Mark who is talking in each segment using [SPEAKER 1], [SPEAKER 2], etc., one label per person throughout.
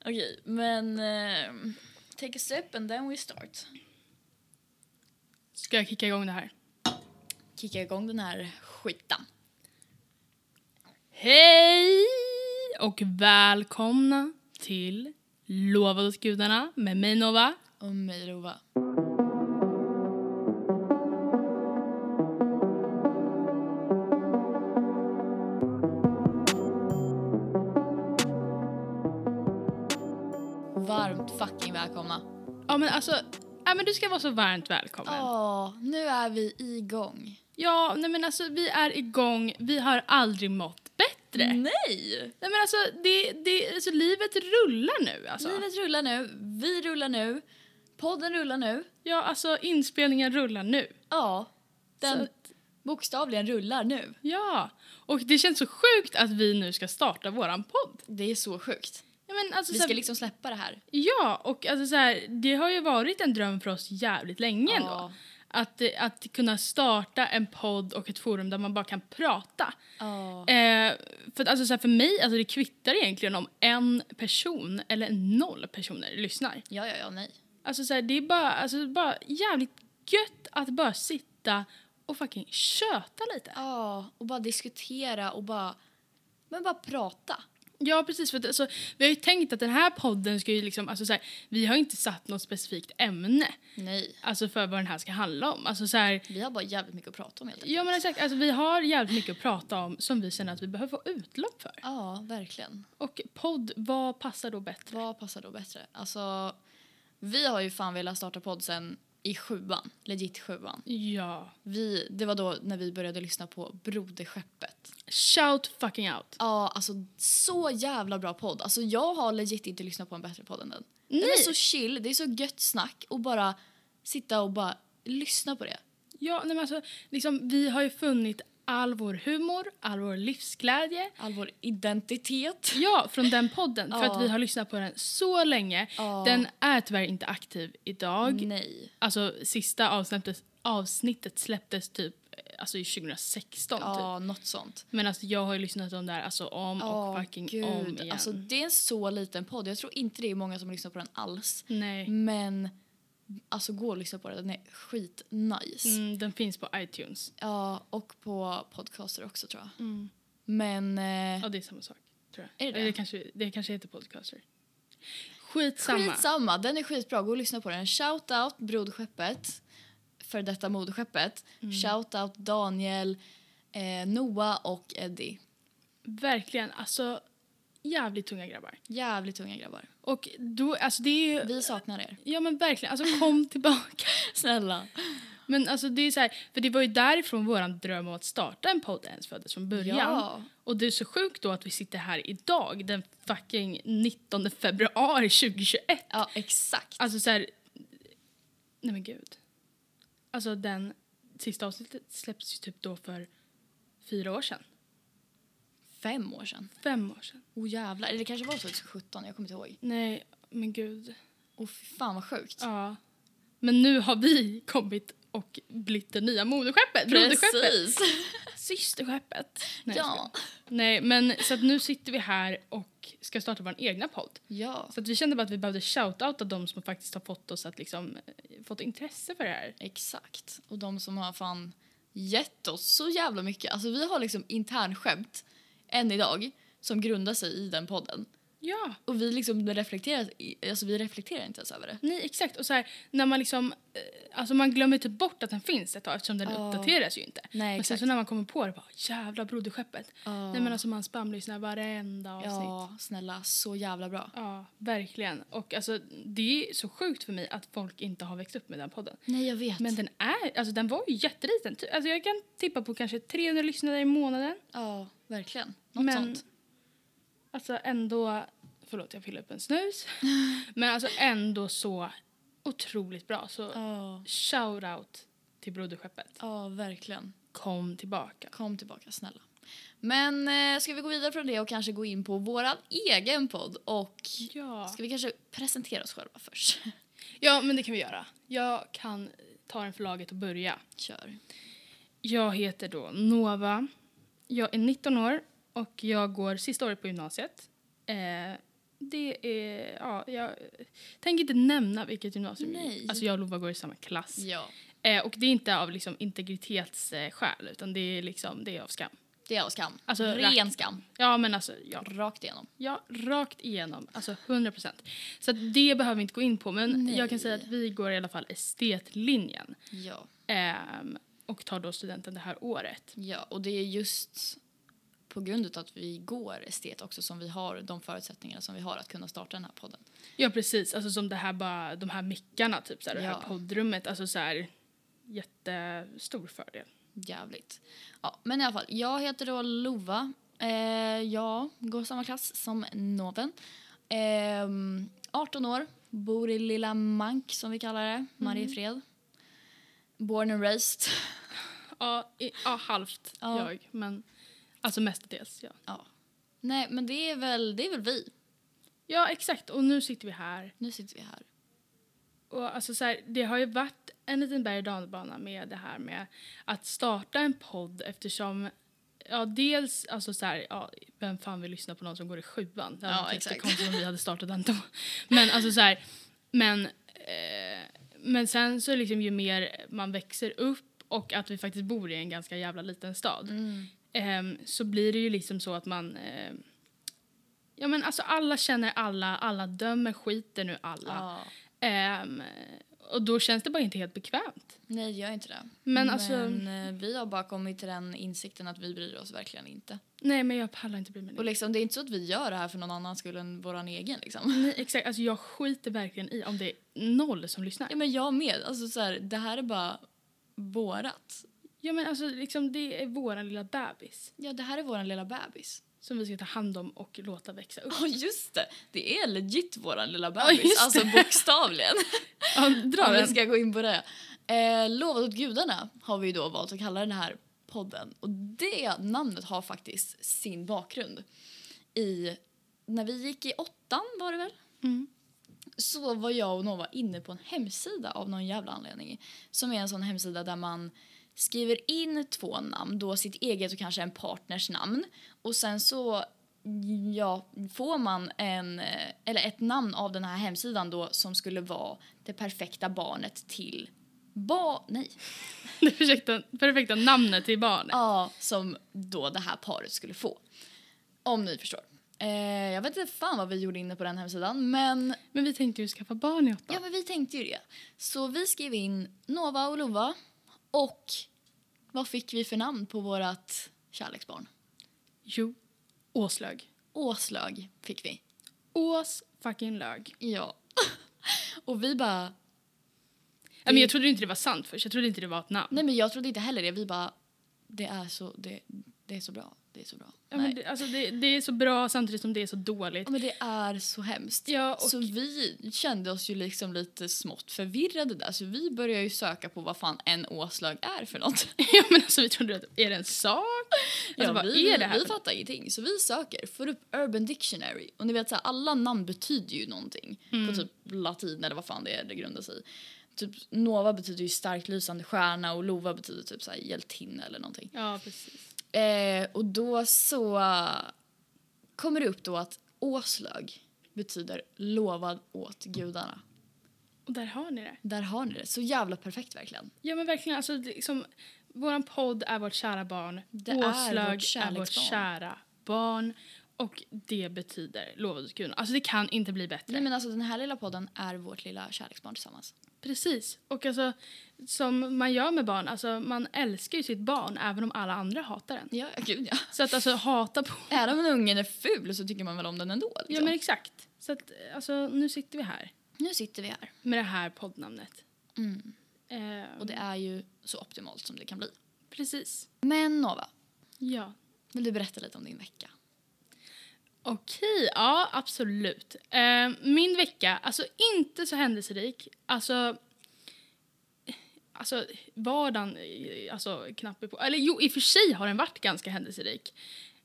[SPEAKER 1] Okej, men... eh, take a step and then we start.
[SPEAKER 2] Ska jag kicka igång det här?
[SPEAKER 1] Kicka igång den här skiten.
[SPEAKER 2] Hej och välkomna till Lovad åt gudarna med mig Nova.
[SPEAKER 1] Och mig Lova. Varmt fucking välkomna.
[SPEAKER 2] Ja men alltså, ja, men du ska vara så varmt välkommen.
[SPEAKER 1] Ja, nu är vi igång.
[SPEAKER 2] Ja, nej men alltså vi är igång, vi har aldrig mått bättre.
[SPEAKER 1] Nej!
[SPEAKER 2] Nej men alltså, det, det, alltså livet rullar nu alltså.
[SPEAKER 1] Livet rullar nu, vi rullar nu, podden rullar nu.
[SPEAKER 2] Ja alltså inspelningen rullar nu.
[SPEAKER 1] Ja, den
[SPEAKER 2] Så
[SPEAKER 1] bokstavligen rullar nu.
[SPEAKER 2] Ja, och det känns så sjukt att vi nu ska starta våran podd.
[SPEAKER 1] Det är så sjukt.
[SPEAKER 2] Ja, men alltså,
[SPEAKER 1] Vi
[SPEAKER 2] så här-
[SPEAKER 1] ska liksom släppa det här.
[SPEAKER 2] Ja, och alltså så här, det har ju varit en dröm för oss jävligt länge ändå. Att, eh, att kunna starta en podd och ett forum där man bara kan prata.
[SPEAKER 1] Ja.
[SPEAKER 2] Eh, för, att, alltså, så här, för mig, alltså, det kvittar egentligen om en person eller noll personer lyssnar.
[SPEAKER 1] Ja, ja, ja, nej.
[SPEAKER 2] Alltså, så här, det är bara, alltså, bara jävligt gött att bara sitta och fucking köta lite.
[SPEAKER 1] Ja, och bara diskutera och bara... Men bara prata.
[SPEAKER 2] Ja, precis. För att, alltså, vi har ju tänkt att den här podden ska ju liksom, alltså, så här, vi har inte satt något specifikt ämne
[SPEAKER 1] Nej.
[SPEAKER 2] alltså, för vad den här ska handla om. Alltså, så här,
[SPEAKER 1] Vi har bara jävligt mycket att prata om helt enkelt.
[SPEAKER 2] Ja men exakt, alltså, vi har jävligt mycket att prata om som vi känner att vi behöver få utlopp för.
[SPEAKER 1] Ja, verkligen.
[SPEAKER 2] Och podd, vad passar då bättre?
[SPEAKER 1] Vad passar då bättre? Alltså, vi har ju fan velat starta podd sen i sjuan. Legit sjuan.
[SPEAKER 2] Ja.
[SPEAKER 1] Vi, det var då när vi började lyssna på Broderskeppet.
[SPEAKER 2] Shout fucking out.
[SPEAKER 1] Ja, alltså så jävla bra podd. Alltså jag har legit inte lyssnat på en bättre podd än den. Den är
[SPEAKER 2] Nej.
[SPEAKER 1] så chill, det är så gött snack och bara sitta och bara lyssna på det.
[SPEAKER 2] Ja, nej, men alltså, liksom, vi har ju funnit all vår humor, all vår livsglädje.
[SPEAKER 1] All vår identitet.
[SPEAKER 2] Ja, från den podden. För
[SPEAKER 1] Ja.
[SPEAKER 2] att vi har lyssnat på den så länge.
[SPEAKER 1] Ja. Mm.
[SPEAKER 2] Den är tyvärr inte aktiv idag.
[SPEAKER 1] Nej.
[SPEAKER 2] Alltså sista avsnittet, avsnittet släpptes typ eh, alltså, i 2016. Typ.
[SPEAKER 1] Ja, något sånt.
[SPEAKER 2] Men alltså, jag har ju lyssnat om det här alltså, om och
[SPEAKER 1] Ja,
[SPEAKER 2] fucking om
[SPEAKER 1] gud.
[SPEAKER 2] igen.
[SPEAKER 1] Alltså det är en så liten podd. Jag tror inte det är många som lyssnar på den alls.
[SPEAKER 2] Nej.
[SPEAKER 1] Men alltså gå och lyssna på den, den är skitnice.
[SPEAKER 2] Mm, den finns på iTunes.
[SPEAKER 1] Ja, och på podcaster också tror jag. Men... Eh,
[SPEAKER 2] Ja, det är samma sak. Tror jag.
[SPEAKER 1] Mm. Är det
[SPEAKER 2] Eller
[SPEAKER 1] det?
[SPEAKER 2] kanske, det kanske heter podcaster. Skitsamma.
[SPEAKER 1] Skitsamma, den är skitbra. Gå och lyssna på den. Shout out Broderskeppet, för detta moderskeppet.
[SPEAKER 2] Mm.
[SPEAKER 1] Shout out Daniel, eh, Noah och Eddie.
[SPEAKER 2] Verkligen. Alltså, jävligt tunga grabbar.
[SPEAKER 1] Jävligt tunga grabbar.
[SPEAKER 2] Och då, alltså det är ju...
[SPEAKER 1] Vi saknar er.
[SPEAKER 2] Ja men verkligen, alltså kom tillbaka.
[SPEAKER 1] Snälla.
[SPEAKER 2] Men alltså det är så här, för det var ju därifrån våran dröm om att starta en podd ens föddes från början.
[SPEAKER 1] Ja.
[SPEAKER 2] Och det är så sjukt då att vi sitter här idag den fucking 19 februari 2021.
[SPEAKER 1] Ja, exakt.
[SPEAKER 2] Alltså så här... Nej men gud. Alltså den sista avsnittet släpptes ju typ då för fyra år sedan.
[SPEAKER 1] Fem år sedan.
[SPEAKER 2] Fem år sedan.
[SPEAKER 1] Oh jävlar. Eller det kanske var 2017, jag kommer inte ihåg.
[SPEAKER 2] Nej, men gud.
[SPEAKER 1] Och fy fan vad sjukt.
[SPEAKER 2] Ja. Men nu har vi kommit och blivit det nya moderskeppet. Broderskeppet.
[SPEAKER 1] Precis.
[SPEAKER 2] Systerskeppet. Nej, jag
[SPEAKER 1] Ja.
[SPEAKER 2] skojar. Nej, men så att nu sitter vi här och ska starta vår egna podd.
[SPEAKER 1] ja,
[SPEAKER 2] Så att vi kände bara att vi behövde shoutouta de som faktiskt har fått oss att liksom, eh, fått intresse för det här.
[SPEAKER 1] exakt. Och de som har fan gett oss så jävla mycket. Alltså vi har liksom internskämt än idag som grundar sig i den podden.
[SPEAKER 2] Ja.
[SPEAKER 1] Och vi liksom reflekterar, alltså vi reflekterar inte ens över det.
[SPEAKER 2] Nej, exakt. Och så här, när man liksom, eh, alltså man glömmer typ bort att den finns ett tag eftersom den
[SPEAKER 1] Ja.
[SPEAKER 2] uppdateras ju inte.
[SPEAKER 1] Nej,
[SPEAKER 2] Men sen
[SPEAKER 1] exakt.
[SPEAKER 2] så när man kommer på det, bara jävla broderskeppet.
[SPEAKER 1] Ja.
[SPEAKER 2] Nej men alltså man spamlyssnar varenda avsnitt. Ja.
[SPEAKER 1] ja, snälla, så jävla bra.
[SPEAKER 2] verkligen. Och alltså det är så sjukt för mig att folk inte har växt upp med den podden.
[SPEAKER 1] Nej, jag vet.
[SPEAKER 2] Men den är, alltså den var ju jätteliten. Ty- Alltså jag kan tippa på kanske 300 lyssnare i månaden.
[SPEAKER 1] Ja, verkligen. Något
[SPEAKER 2] Men-
[SPEAKER 1] sånt.
[SPEAKER 2] Alltså ändå, förlåt jag fyller upp en snus. men alltså ändå så otroligt bra. Så
[SPEAKER 1] Ja,
[SPEAKER 2] shout out till broderskeppet.
[SPEAKER 1] ja, verkligen.
[SPEAKER 2] kom tillbaka.
[SPEAKER 1] Kom tillbaka, snälla. Men eh, ska vi gå vidare från det och kanske gå in på våran egen podd och
[SPEAKER 2] Ja.
[SPEAKER 1] ska vi kanske presentera oss själva först?
[SPEAKER 2] ja, men det kan vi göra. Jag kan ta den för laget och börja.
[SPEAKER 1] Kör.
[SPEAKER 2] Jag heter då Nova. Jag är 19 år och jag går sista året på gymnasiet. Eh, det är... Ja, jag tänker inte nämna vilket gymnasium vi
[SPEAKER 1] Nej.
[SPEAKER 2] gick. Alltså jag och Lova går i samma klass.
[SPEAKER 1] Ja,
[SPEAKER 2] Eh, och det är inte av liksom, integritetsskäl utan det är, liksom, det är av skam.
[SPEAKER 1] det är av skam.
[SPEAKER 2] Alltså,
[SPEAKER 1] Ren skam.
[SPEAKER 2] Ja men alltså, ja.
[SPEAKER 1] Rakt igenom.
[SPEAKER 2] Ja, rakt igenom. Alltså 100 procent. Så att det behöver vi inte gå in på. Men
[SPEAKER 1] Nej.
[SPEAKER 2] jag kan säga att vi går i alla fall estetlinjen.
[SPEAKER 1] Ja.
[SPEAKER 2] Ehm, och tar då studenten det här året.
[SPEAKER 1] ja, och det är just på grund av att vi går estet också som vi har de förutsättningarna som vi har att kunna starta den här podden.
[SPEAKER 2] Ja, precis. Alltså som det här bara, de här mickarna, typ så här, det här
[SPEAKER 1] Ja.
[SPEAKER 2] poddrummet. Alltså så här, jättestor fördel.
[SPEAKER 1] Jävligt. Ja, men i alla fall, jag heter då Lova. Eh, jag går samma klass som Noven. Ehm, 18 år, bor i Lilla Mank som vi kallar det, Mariefred. Born and raised.
[SPEAKER 2] Ja, i, ja halvt
[SPEAKER 1] Ja.
[SPEAKER 2] jag. Men alltså mestadels, ja.
[SPEAKER 1] Ja. Nej, men det är, väl, det är väl vi.
[SPEAKER 2] Ja, exakt. Och nu sitter vi här.
[SPEAKER 1] Nu sitter vi här.
[SPEAKER 2] Och alltså så här, det har ju varit en liten berg och dalbana med det här med att starta en podd eftersom Ja, dels alltså så här, ja, vem fan vill lyssna på någon som går i sjuan? Det hade
[SPEAKER 1] Ja,
[SPEAKER 2] varit
[SPEAKER 1] exakt.
[SPEAKER 2] jättekonstigt om vi hade startat den då. Men alltså så här, men, eh, men sen så liksom ju mer man växer upp och att vi faktiskt bor i en ganska jävla liten stad ehm, så blir det ju liksom så att man eh, ja men alltså alla känner alla, alla dömer skiten nu alla.
[SPEAKER 1] Ja.
[SPEAKER 2] Ehm, och då känns det bara inte helt bekvämt.
[SPEAKER 1] Nej, det gör inte det.
[SPEAKER 2] Men alltså-
[SPEAKER 1] Men, eh, vi har bara kommit till den insikten att vi bryr oss verkligen inte.
[SPEAKER 2] Nej, men jag pallar inte bry mig.
[SPEAKER 1] Och
[SPEAKER 2] nu.
[SPEAKER 1] liksom, det är inte så att vi gör det här för någon annan skull än vår egen. Liksom.
[SPEAKER 2] Nej, exakt. Alltså, jag skiter verkligen i om det är noll som lyssnar.
[SPEAKER 1] Ja, men jag med. Alltså, så här, det här är bara vårat.
[SPEAKER 2] Ja, men alltså, liksom, det är våran lilla bebis
[SPEAKER 1] Ja, det här är vår lilla bebis.
[SPEAKER 2] som vi ska ta hand om och låta växa upp.
[SPEAKER 1] Ja, just det. Det är legit vår lilla
[SPEAKER 2] Ja,
[SPEAKER 1] bebis.
[SPEAKER 2] just det.
[SPEAKER 1] alltså bokstavligen.
[SPEAKER 2] Ja, dra
[SPEAKER 1] Om vi
[SPEAKER 2] den.
[SPEAKER 1] ska gå in på det. Eh, Lovat åt gudarna har vi ju då valt att kalla den här podden. Och det namnet har faktiskt sin bakgrund. I, när vi gick i åttan var det väl?
[SPEAKER 2] Mm.
[SPEAKER 1] så var jag och Nova inne på en hemsida av någon jävla anledning. Som är en sån hemsida där man skriver in två namn, då sitt eget och kanske en partners namn. Och sen så ja, får man en, eh, eller ett namn av den här hemsidan då som skulle vara det perfekta barnet till ba, nej,
[SPEAKER 2] Det perfekta, perfekta namnet till barnet.
[SPEAKER 1] ja, som då det här paret skulle få. Om ni förstår. Eh, jag vet inte fan vad vi gjorde inne på den hemsidan men
[SPEAKER 2] Men vi tänkte ju skaffa barn i åtta.
[SPEAKER 1] Ja, men vi tänkte ju det. Så vi skrev in Nova och Lova. Och vad fick vi för namn på vårt kärleksbarn?
[SPEAKER 2] Jo, Åslög.
[SPEAKER 1] Åslög fick vi.
[SPEAKER 2] Ås fucking lög.
[SPEAKER 1] Ja. Och vi bara...
[SPEAKER 2] Ja, men jag trodde ju inte det var sant först. Jag trodde inte det var ett namn.
[SPEAKER 1] Nej, men jag trodde inte heller det. Vi bara... Det är så, det, det är så bra. Det är så bra.
[SPEAKER 2] Ja,
[SPEAKER 1] Nej.
[SPEAKER 2] men det, alltså, det, det är så bra samtidigt som det är så dåligt.
[SPEAKER 1] Ja, men det är så hemskt.
[SPEAKER 2] Ja, och-
[SPEAKER 1] Så vi kände oss ju liksom lite smått förvirrade där. Så vi började ju söka på vad fan en åslög är för något.
[SPEAKER 2] Ja men alltså vi trodde att, är det en sak? Alltså,
[SPEAKER 1] Ja,
[SPEAKER 2] vad
[SPEAKER 1] vi,
[SPEAKER 2] är det här?
[SPEAKER 1] vi fattar ingenting, så vi söker. Får upp Urban Dictionary. Och ni vet, så här, alla namn betyder ju någonting
[SPEAKER 2] Mm.
[SPEAKER 1] på typ latin eller vad fan det är det grundar sig i. Typ Nova betyder ju starkt lysande stjärna och Lova betyder typ så här hjältinna eller någonting.
[SPEAKER 2] ja precis.
[SPEAKER 1] Eh, och då så eh, kommer det upp då att Åslög betyder lovad åt gudarna.
[SPEAKER 2] Och där har ni det.
[SPEAKER 1] Där har ni det. Så jävla perfekt verkligen.
[SPEAKER 2] Ja men verkligen alltså det- liksom, våran podd är vårt kära barn.
[SPEAKER 1] Det är vårt
[SPEAKER 2] är vårt
[SPEAKER 1] kärleksbarn.
[SPEAKER 2] kära barn. Och det betyder lovad åt gudarna. Alltså det kan inte bli bättre.
[SPEAKER 1] Nej men alltså den här lilla podden är vårt lilla kärleksbarn tillsammans.
[SPEAKER 2] Precis. Och alltså som man gör med barn, alltså man älskar ju sitt barn även om alla andra hatar den.
[SPEAKER 1] Ja, gud ja.
[SPEAKER 2] Så att alltså hata på...
[SPEAKER 1] Även om ungen är ful så tycker man väl om den ändå.
[SPEAKER 2] Ja
[SPEAKER 1] liksom.
[SPEAKER 2] men exakt. Så att alltså nu sitter vi här
[SPEAKER 1] Nu sitter vi här.
[SPEAKER 2] med det här poddnamnet.
[SPEAKER 1] Mm.
[SPEAKER 2] Eh,
[SPEAKER 1] Och det är ju så optimalt som det kan bli.
[SPEAKER 2] Precis.
[SPEAKER 1] Men Nova,
[SPEAKER 2] Ja.
[SPEAKER 1] vill du berätta lite om din vecka?
[SPEAKER 2] Okej, ja absolut. Eh, min vecka, alltså inte så händelserik. Alltså, alltså vardagen, eh, alltså knappt på. Eller jo, i och för sig har den varit ganska händelserik.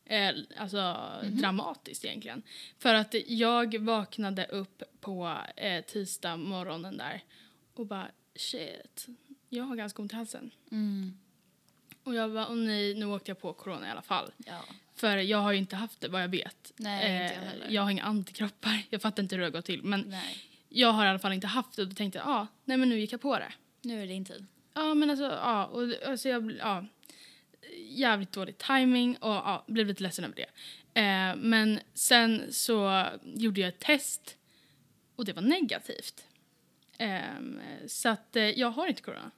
[SPEAKER 2] Eh, alltså dramatiskt egentligen. För att jag vaknade upp på eh, tisdag morgonen där och bara shit, jag har
[SPEAKER 1] Mm.
[SPEAKER 2] ganska ont i halsen. Och jag bara, åh nej, nu åkte jag på corona i alla fall.
[SPEAKER 1] Ja.
[SPEAKER 2] För jag har ju inte haft det vad jag vet.
[SPEAKER 1] Nej, inte jag heller.
[SPEAKER 2] Eh, jag har inga antikroppar. Jag fattar inte hur det har gått till. Men
[SPEAKER 1] Nej,
[SPEAKER 2] jag har i alla fall inte haft det och då tänkte jag, ah, nej men nu gick jag på det.
[SPEAKER 1] nu är det din tid.
[SPEAKER 2] Ja, men alltså, ja. Och, alltså jag, bl- ja. Jävligt dålig timing och ja, blev lite ledsen över det. Eh, men sen så gjorde jag ett test och det var negativt. Ehm, så att eh, jag har inte corona.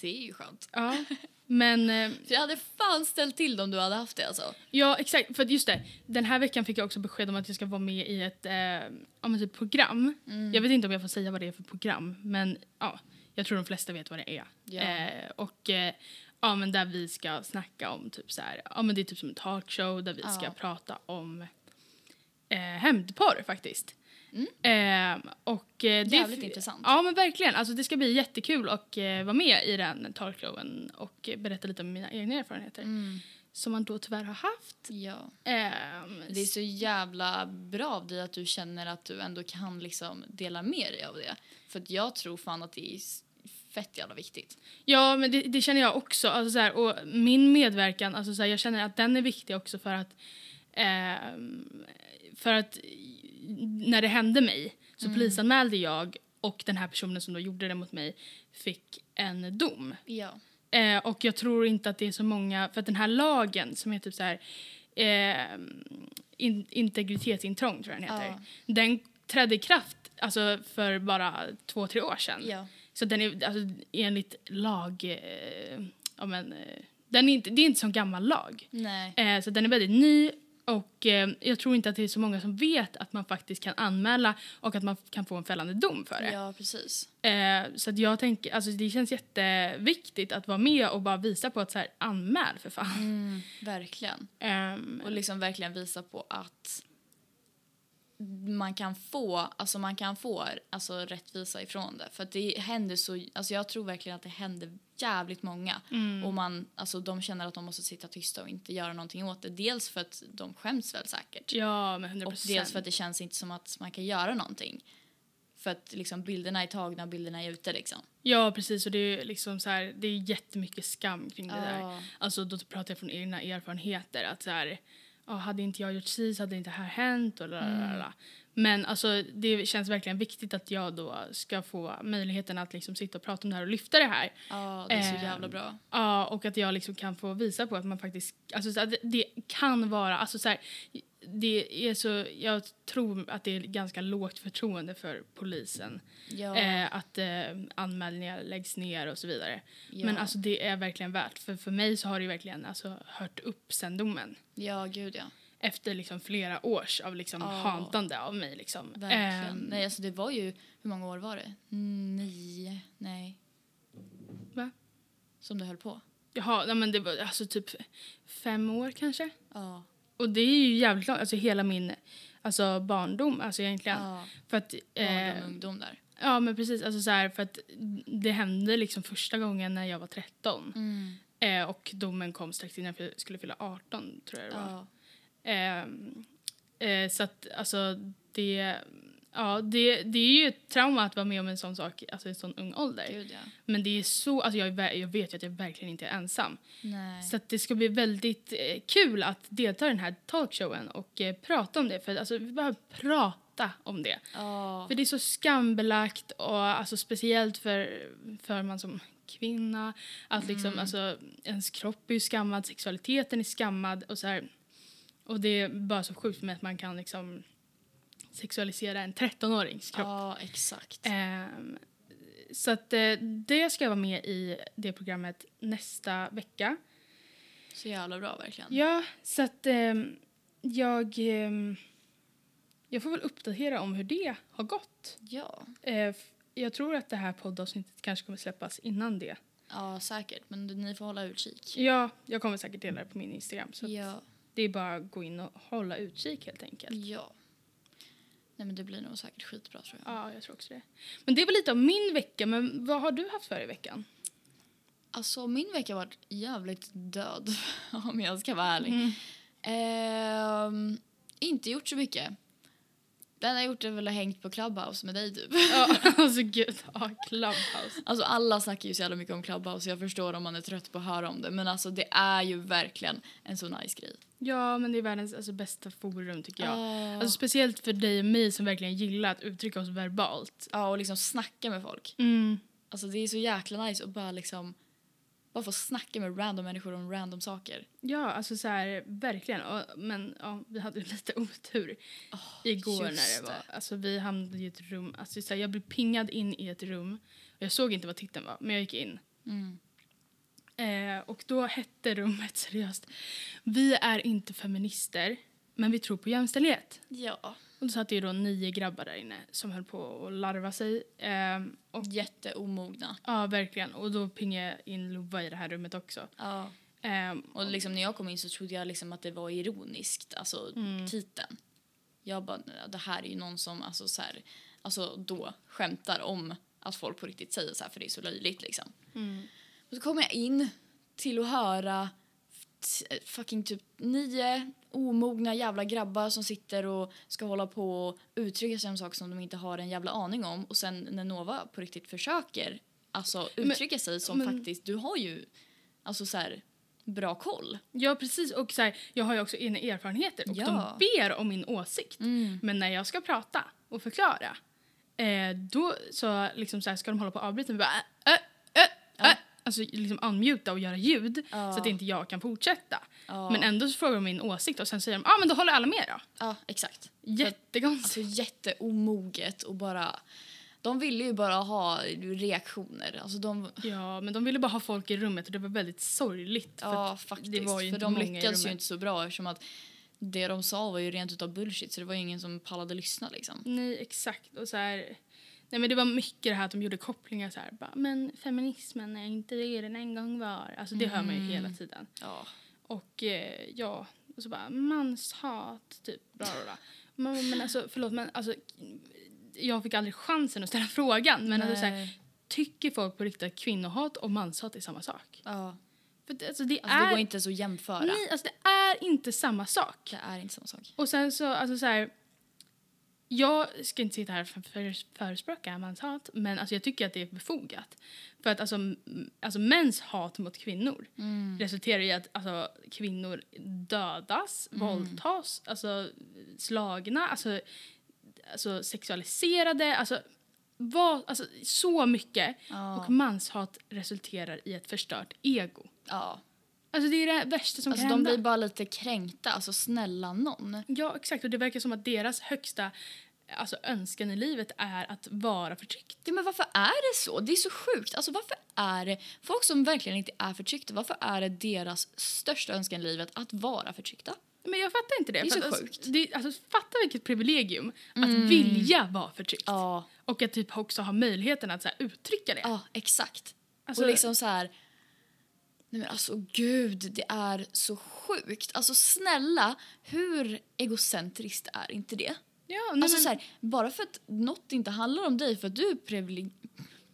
[SPEAKER 1] Det är ju skönt.
[SPEAKER 2] Ja. Men, eh,
[SPEAKER 1] För jag hade fan ställt till det om du hade haft det alltså.
[SPEAKER 2] ja exakt, för att just det, den här veckan fick jag också besked om att jag ska vara med i ett eh, ja, men typ program.
[SPEAKER 1] Mm.
[SPEAKER 2] Jag vet inte om jag får säga vad det är för program, men ja, jag tror de flesta vet vad det är.
[SPEAKER 1] Ja.
[SPEAKER 2] Eh, och eh, ja, men där vi ska snacka om typ så här, ja men det är typ som en talkshow där vi ska
[SPEAKER 1] Ja.
[SPEAKER 2] prata om eh, hämndporr faktiskt.
[SPEAKER 1] Mm.
[SPEAKER 2] Eh, och, eh, det är
[SPEAKER 1] Jävligt
[SPEAKER 2] f-
[SPEAKER 1] intressant.
[SPEAKER 2] Ja men verkligen, alltså det ska bli jättekul att eh, vara med i den talkshowen och eh, berätta lite om mina egna erfarenheter
[SPEAKER 1] Mm.
[SPEAKER 2] som man då tyvärr har haft.
[SPEAKER 1] Ja.
[SPEAKER 2] Ehm,
[SPEAKER 1] Det är så jävla bra av dig att du känner att du ändå kan liksom dela med dig av det. För att jag tror fan att det är s- fett jävla viktigt.
[SPEAKER 2] Ja, men det, det känner jag också. Alltså, så här, och min medverkan, alltså, så här, jag känner att den är viktig också för att... ehm, för att när det hände mig så
[SPEAKER 1] Mm.
[SPEAKER 2] polisanmälde jag och den här personen som då gjorde det mot mig fick en dom.
[SPEAKER 1] Ja.
[SPEAKER 2] Eh, och jag tror inte att det är så många, för att den här lagen som är typ så här ehm, in, integritetsintrång tror jag den heter.
[SPEAKER 1] Ja.
[SPEAKER 2] Den trädde i kraft alltså, för bara två, tre år sedan.
[SPEAKER 1] Ja.
[SPEAKER 2] Så den är alltså, enligt lag... Eh, ja, men, eh, den är inte, det är inte som gammal lag.
[SPEAKER 1] Nej.
[SPEAKER 2] Eh, så den är väldigt ny och eh, jag tror inte att det är så många som vet att man faktiskt kan anmäla och att man kan få en fällande dom för det.
[SPEAKER 1] Ja, precis.
[SPEAKER 2] Eh, så att jag tänker, alltså det känns jätteviktigt att vara med och bara visa på att så här, anmäl för fan.
[SPEAKER 1] Mm. Verkligen.
[SPEAKER 2] Ehm,
[SPEAKER 1] Och liksom verkligen visa på att man kan få, alltså man kan få alltså rättvisa ifrån det. För att det händer så, alltså jag tror verkligen att det händer jävligt många. Och man, alltså de känner att de måste sitta tysta och inte göra någonting åt det. Dels för att de skäms väl säkert.
[SPEAKER 2] ja, men 100%.
[SPEAKER 1] Och dels för att det känns inte som att man kan göra någonting. För att liksom bilderna är tagna och bilderna är ute liksom.
[SPEAKER 2] Ja, precis. Och det är ju liksom så här, det är jättemycket skam kring det där.
[SPEAKER 1] Ja.
[SPEAKER 2] Alltså då pratar jag från egna erfarenheter att så här, ja, hade inte jag gjort si så hade inte det här hänt och la, la,
[SPEAKER 1] Mm.
[SPEAKER 2] la, la. Men alltså det känns verkligen viktigt att jag då ska få möjligheten att liksom sitta och prata om det här och lyfta det här.
[SPEAKER 1] Ja, det är så
[SPEAKER 2] Ehm,
[SPEAKER 1] jävla bra.
[SPEAKER 2] Ja, och att jag liksom kan få visa på att man faktiskt, alltså så att det kan vara, alltså så här, det är så, jag tror att det är ganska lågt förtroende för polisen.
[SPEAKER 1] Ja,
[SPEAKER 2] Eh, att eh, anmälningar läggs ner och så vidare.
[SPEAKER 1] ja,
[SPEAKER 2] Men alltså det är verkligen värt, för för mig så har det verkligen alltså, hört upp sen domen.
[SPEAKER 1] ja, gud ja.
[SPEAKER 2] Efter liksom flera års av liksom
[SPEAKER 1] Ja.
[SPEAKER 2] hantande av mig liksom.
[SPEAKER 1] Verkligen.
[SPEAKER 2] Ehm,
[SPEAKER 1] Nej, alltså det var ju, hur många år var det? Nio? Nej.
[SPEAKER 2] Va?
[SPEAKER 1] Som du höll på?
[SPEAKER 2] Jaha, nej, men det var alltså typ fem år kanske.
[SPEAKER 1] Ja.
[SPEAKER 2] Och det är ju jävligt långt, alltså hela min alltså, barndom alltså egentligen.
[SPEAKER 1] Ja,
[SPEAKER 2] För att,
[SPEAKER 1] barndom,
[SPEAKER 2] eh,
[SPEAKER 1] ungdom där.
[SPEAKER 2] ja men precis, alltså så här, för att det hände liksom första gången när jag var 13. Eh, och domen kom strax innan jag skulle fylla 18 tror jag det var.
[SPEAKER 1] Ja.
[SPEAKER 2] Ehm, eh, så att alltså det, ja det, det är ju ett trauma att vara med om en sån sak, alltså i en sån ung ålder.
[SPEAKER 1] Gud ja.
[SPEAKER 2] Men det är så, alltså jag, är ver- jag vet ju att jag verkligen inte är ensam.
[SPEAKER 1] Nej.
[SPEAKER 2] Så att det ska bli väldigt eh, kul att delta i den här talkshowen och eh, prata om det. För alltså, vi behöver prata om det.
[SPEAKER 1] Ja.
[SPEAKER 2] För det är så skambelagt och alltså, speciellt för, för man som kvinna. Att liksom, alltså, ens kropp är ju skammad, sexualiteten är skammad och så här. Och det är bara så sjukt för mig att man kan liksom sexualisera en 13-årings kropp.
[SPEAKER 1] Ja, exakt.
[SPEAKER 2] Ehm, så att eh, det ska jag vara med i det programmet nästa vecka.
[SPEAKER 1] Så jävla bra verkligen.
[SPEAKER 2] Ja, så att ehm, jag... ehm, jag får väl uppdatera om hur det har gått.
[SPEAKER 1] Ja.
[SPEAKER 2] Eh, f- jag tror att det här poddavsnittet kanske kommer släppas innan det.
[SPEAKER 1] Ja, säkert. Men ni får hålla utkik.
[SPEAKER 2] Ja, jag kommer säkert dela det på min Instagram. Så att
[SPEAKER 1] Ja.
[SPEAKER 2] det är bara att gå in och hålla utkik helt enkelt.
[SPEAKER 1] Ja. Nej, men det blir nog säkert skitbra tror jag.
[SPEAKER 2] Ja, jag tror också det. Men det var lite om min vecka, men vad har du haft för i veckan?
[SPEAKER 1] Alltså min vecka har varit jävligt död om
[SPEAKER 2] Mm.
[SPEAKER 1] jag ska vara ärlig. Ehm, inte gjort så mycket. Det enda jag gjort är väl att ha hängt på Clubhouse med dig typ.
[SPEAKER 2] Ja, alltså gud. Ja, Clubhouse.
[SPEAKER 1] Alltså alla snackar ju så jävla mycket om Clubhouse jag förstår om man är trött på att höra om det men alltså det är ju verkligen en så nice grej.
[SPEAKER 2] Ja, men det är världens alltså, bästa forum tycker jag.
[SPEAKER 1] Ja.
[SPEAKER 2] Alltså speciellt för dig och mig som verkligen gillar att uttrycka oss verbalt.
[SPEAKER 1] ja och liksom snacka med folk.
[SPEAKER 2] Mm.
[SPEAKER 1] Alltså det är så jäkla nice att bara liksom bara få snacka med random människor om random saker.
[SPEAKER 2] Ja, alltså så här, verkligen. Och, men ja, vi hade ju lite otur igår när
[SPEAKER 1] just
[SPEAKER 2] det var.
[SPEAKER 1] det.
[SPEAKER 2] Alltså vi hamnade i ett rum. Alltså, så här, jag blev pingad in i ett rum. Och jag såg inte vad titeln var, men jag gick in.
[SPEAKER 1] Mm.
[SPEAKER 2] Eh, och då hette rummet seriöst Vi är inte feminister, men vi tror på jämställdhet.
[SPEAKER 1] Ja.
[SPEAKER 2] Och då satt det ju då nio grabbar där inne som höll på att larva sig. Ehm, och,
[SPEAKER 1] Jätteomogna.
[SPEAKER 2] ja, verkligen. Och då pingade jag in Lova i det här rummet också.
[SPEAKER 1] Ja.
[SPEAKER 2] Ehm,
[SPEAKER 1] Och liksom när jag kom in så trodde jag liksom att det var ironiskt, alltså
[SPEAKER 2] Mm.
[SPEAKER 1] titeln. Jag bara, "Nej, det här är ju någon som alltså så här, alltså då skämtar om att folk på riktigt säger så här för det är så löjligt liksom. Och så kom jag in till att höra t- fucking typ nio omogna jävla grabbar som sitter och ska hålla på och uttrycka sig om saker som de inte har en jävla aning om och sen när Nova på riktigt försöker alltså uttrycka sig som
[SPEAKER 2] men-
[SPEAKER 1] faktiskt, du har ju alltså så här bra koll.
[SPEAKER 2] Ja, precis. Och så här, jag har ju också egna erfarenheter och
[SPEAKER 1] Ja.
[SPEAKER 2] de ber om min åsikt.
[SPEAKER 1] Mm.
[SPEAKER 2] Men när jag ska prata och förklara eh, då så, liksom så här, ska de hålla på och avbryta mig. Bara, äh, äh, äh,
[SPEAKER 1] Ja.
[SPEAKER 2] äh. Alltså liksom unmuta och göra ljud
[SPEAKER 1] Ja.
[SPEAKER 2] så att inte jag kan fortsätta.
[SPEAKER 1] Ja.
[SPEAKER 2] Men ändå så frågar de min åsikt och sen säger de ah, men då håller alla med då.
[SPEAKER 1] Ja, exakt.
[SPEAKER 2] Jättekonstigt.
[SPEAKER 1] Alltså jätteomoget och bara... De ville ju bara ha reaktioner. Alltså de...
[SPEAKER 2] Ja, men de ville bara ha folk i rummet och det var väldigt sorgligt. för
[SPEAKER 1] Ja,
[SPEAKER 2] att
[SPEAKER 1] faktiskt.
[SPEAKER 2] Det var ju
[SPEAKER 1] för
[SPEAKER 2] inte
[SPEAKER 1] de
[SPEAKER 2] många i
[SPEAKER 1] lyckades ju
[SPEAKER 2] rummet.
[SPEAKER 1] inte så bra eftersom att det de sa var ju rent utav bullshit så det var ju ingen som pallade lyssna liksom.
[SPEAKER 2] Nej, exakt. Och så här, nej, men det var mycket det här att de gjorde kopplingar så här, bara, men feminismen är inte det den en gång var. Alltså det hör man
[SPEAKER 1] Mm.
[SPEAKER 2] ju hela tiden.
[SPEAKER 1] Ja.
[SPEAKER 2] Och eh, ja, och så bara manshat, typ. Bla, bla, bla. Men, men alltså, förlåt, men alltså, jag fick aldrig chansen att ställa frågan. Men alltså, så här,
[SPEAKER 1] Nej.
[SPEAKER 2] tycker folk på riktigt att kvinnohat och manshat är samma sak?
[SPEAKER 1] ja.
[SPEAKER 2] För det, alltså, det
[SPEAKER 1] Alltså det
[SPEAKER 2] är
[SPEAKER 1] går inte så att jämföra.
[SPEAKER 2] Nej, alltså det är inte samma sak.
[SPEAKER 1] Det är inte samma sak.
[SPEAKER 2] Och sen så, alltså så här. Jag ska inte sitta här för, för, förespråka mans hat, men alltså jag tycker att det är befogat. För att alltså, m- alltså mäns hat mot kvinnor resulterar i att alltså, kvinnor dödas, våldtas, alltså slagna, alltså, alltså sexualiserade, alltså, vad, alltså så mycket.
[SPEAKER 1] Ja.
[SPEAKER 2] Och manshat resulterar i ett förstört ego.
[SPEAKER 1] Ja.
[SPEAKER 2] Alltså det är det värsta som
[SPEAKER 1] Alltså
[SPEAKER 2] kan
[SPEAKER 1] de
[SPEAKER 2] hända.
[SPEAKER 1] blir bara lite kränkta. Alltså snälla någon.
[SPEAKER 2] Ja, exakt. Och det verkar som att deras högsta alltså, önskan i livet är att vara förtryckt.
[SPEAKER 1] Ja, men varför är det så? Det är så sjukt. Alltså, varför är det folk som verkligen inte är förtryckta, varför är det deras största önskan i livet att vara förtryckta?
[SPEAKER 2] Men jag fattar inte det.
[SPEAKER 1] Det är
[SPEAKER 2] för
[SPEAKER 1] så
[SPEAKER 2] att,
[SPEAKER 1] sjukt. Mm.
[SPEAKER 2] Alltså, det, alltså, fatta vilket privilegium att vilja vara förtryckt.
[SPEAKER 1] Ja,
[SPEAKER 2] Och att typ också ha möjligheten att så här, uttrycka det.
[SPEAKER 1] ja exakt.
[SPEAKER 2] Alltså-
[SPEAKER 1] och liksom så här... Nej men alltså gud, det är så sjukt. Alltså snälla, hur egocentriskt är inte det?
[SPEAKER 2] Ja, nej,
[SPEAKER 1] alltså
[SPEAKER 2] men-
[SPEAKER 1] så här, bara för att något inte handlar om dig för att du är privile-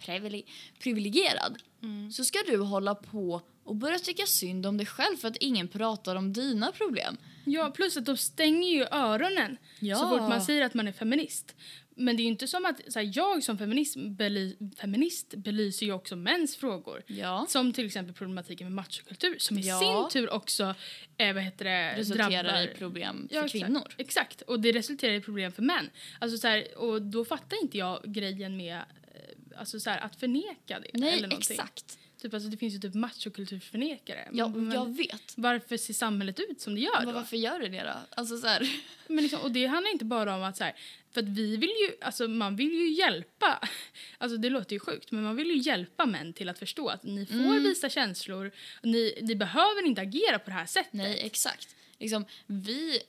[SPEAKER 1] privile- privilegierad
[SPEAKER 2] Mm.
[SPEAKER 1] så ska du hålla på och börja tycka synd om dig själv för att ingen pratar om dina problem.
[SPEAKER 2] Ja, plus att de stänger ju öronen
[SPEAKER 1] Ja.
[SPEAKER 2] så fort man säger att man är feminist. Men det är ju inte som att så här, jag som feminist, bely, feminist belyser ju också mäns frågor.
[SPEAKER 1] Ja.
[SPEAKER 2] Som till exempel problematiken med machokultur som i
[SPEAKER 1] Ja.
[SPEAKER 2] sin tur också eh, vad heter det,
[SPEAKER 1] resulterar
[SPEAKER 2] drabbar...
[SPEAKER 1] i problem för
[SPEAKER 2] Ja, exakt.
[SPEAKER 1] kvinnor.
[SPEAKER 2] Exakt, och det resulterar i problem för män. Alltså, så här, och då fattar inte jag grejen med eh, alltså, så här, att förneka det.
[SPEAKER 1] Nej,
[SPEAKER 2] eller någonting.
[SPEAKER 1] exakt.
[SPEAKER 2] Typ, alltså, det finns ju typ machokulturförnekare.
[SPEAKER 1] Ja,
[SPEAKER 2] Mm, Men-
[SPEAKER 1] jag vet.
[SPEAKER 2] Varför ser samhället ut som det gör
[SPEAKER 1] Men
[SPEAKER 2] då?
[SPEAKER 1] varför gör du det då? Alltså så här,
[SPEAKER 2] Men liksom, och det handlar inte bara om att så här, för att vi vill ju, alltså man vill ju hjälpa, alltså det låter ju sjukt, men man vill ju hjälpa män till att förstå att ni får
[SPEAKER 1] Mm.
[SPEAKER 2] visa känslor, ni, ni behöver inte agera på det här sättet.
[SPEAKER 1] nej exakt. Liksom, vi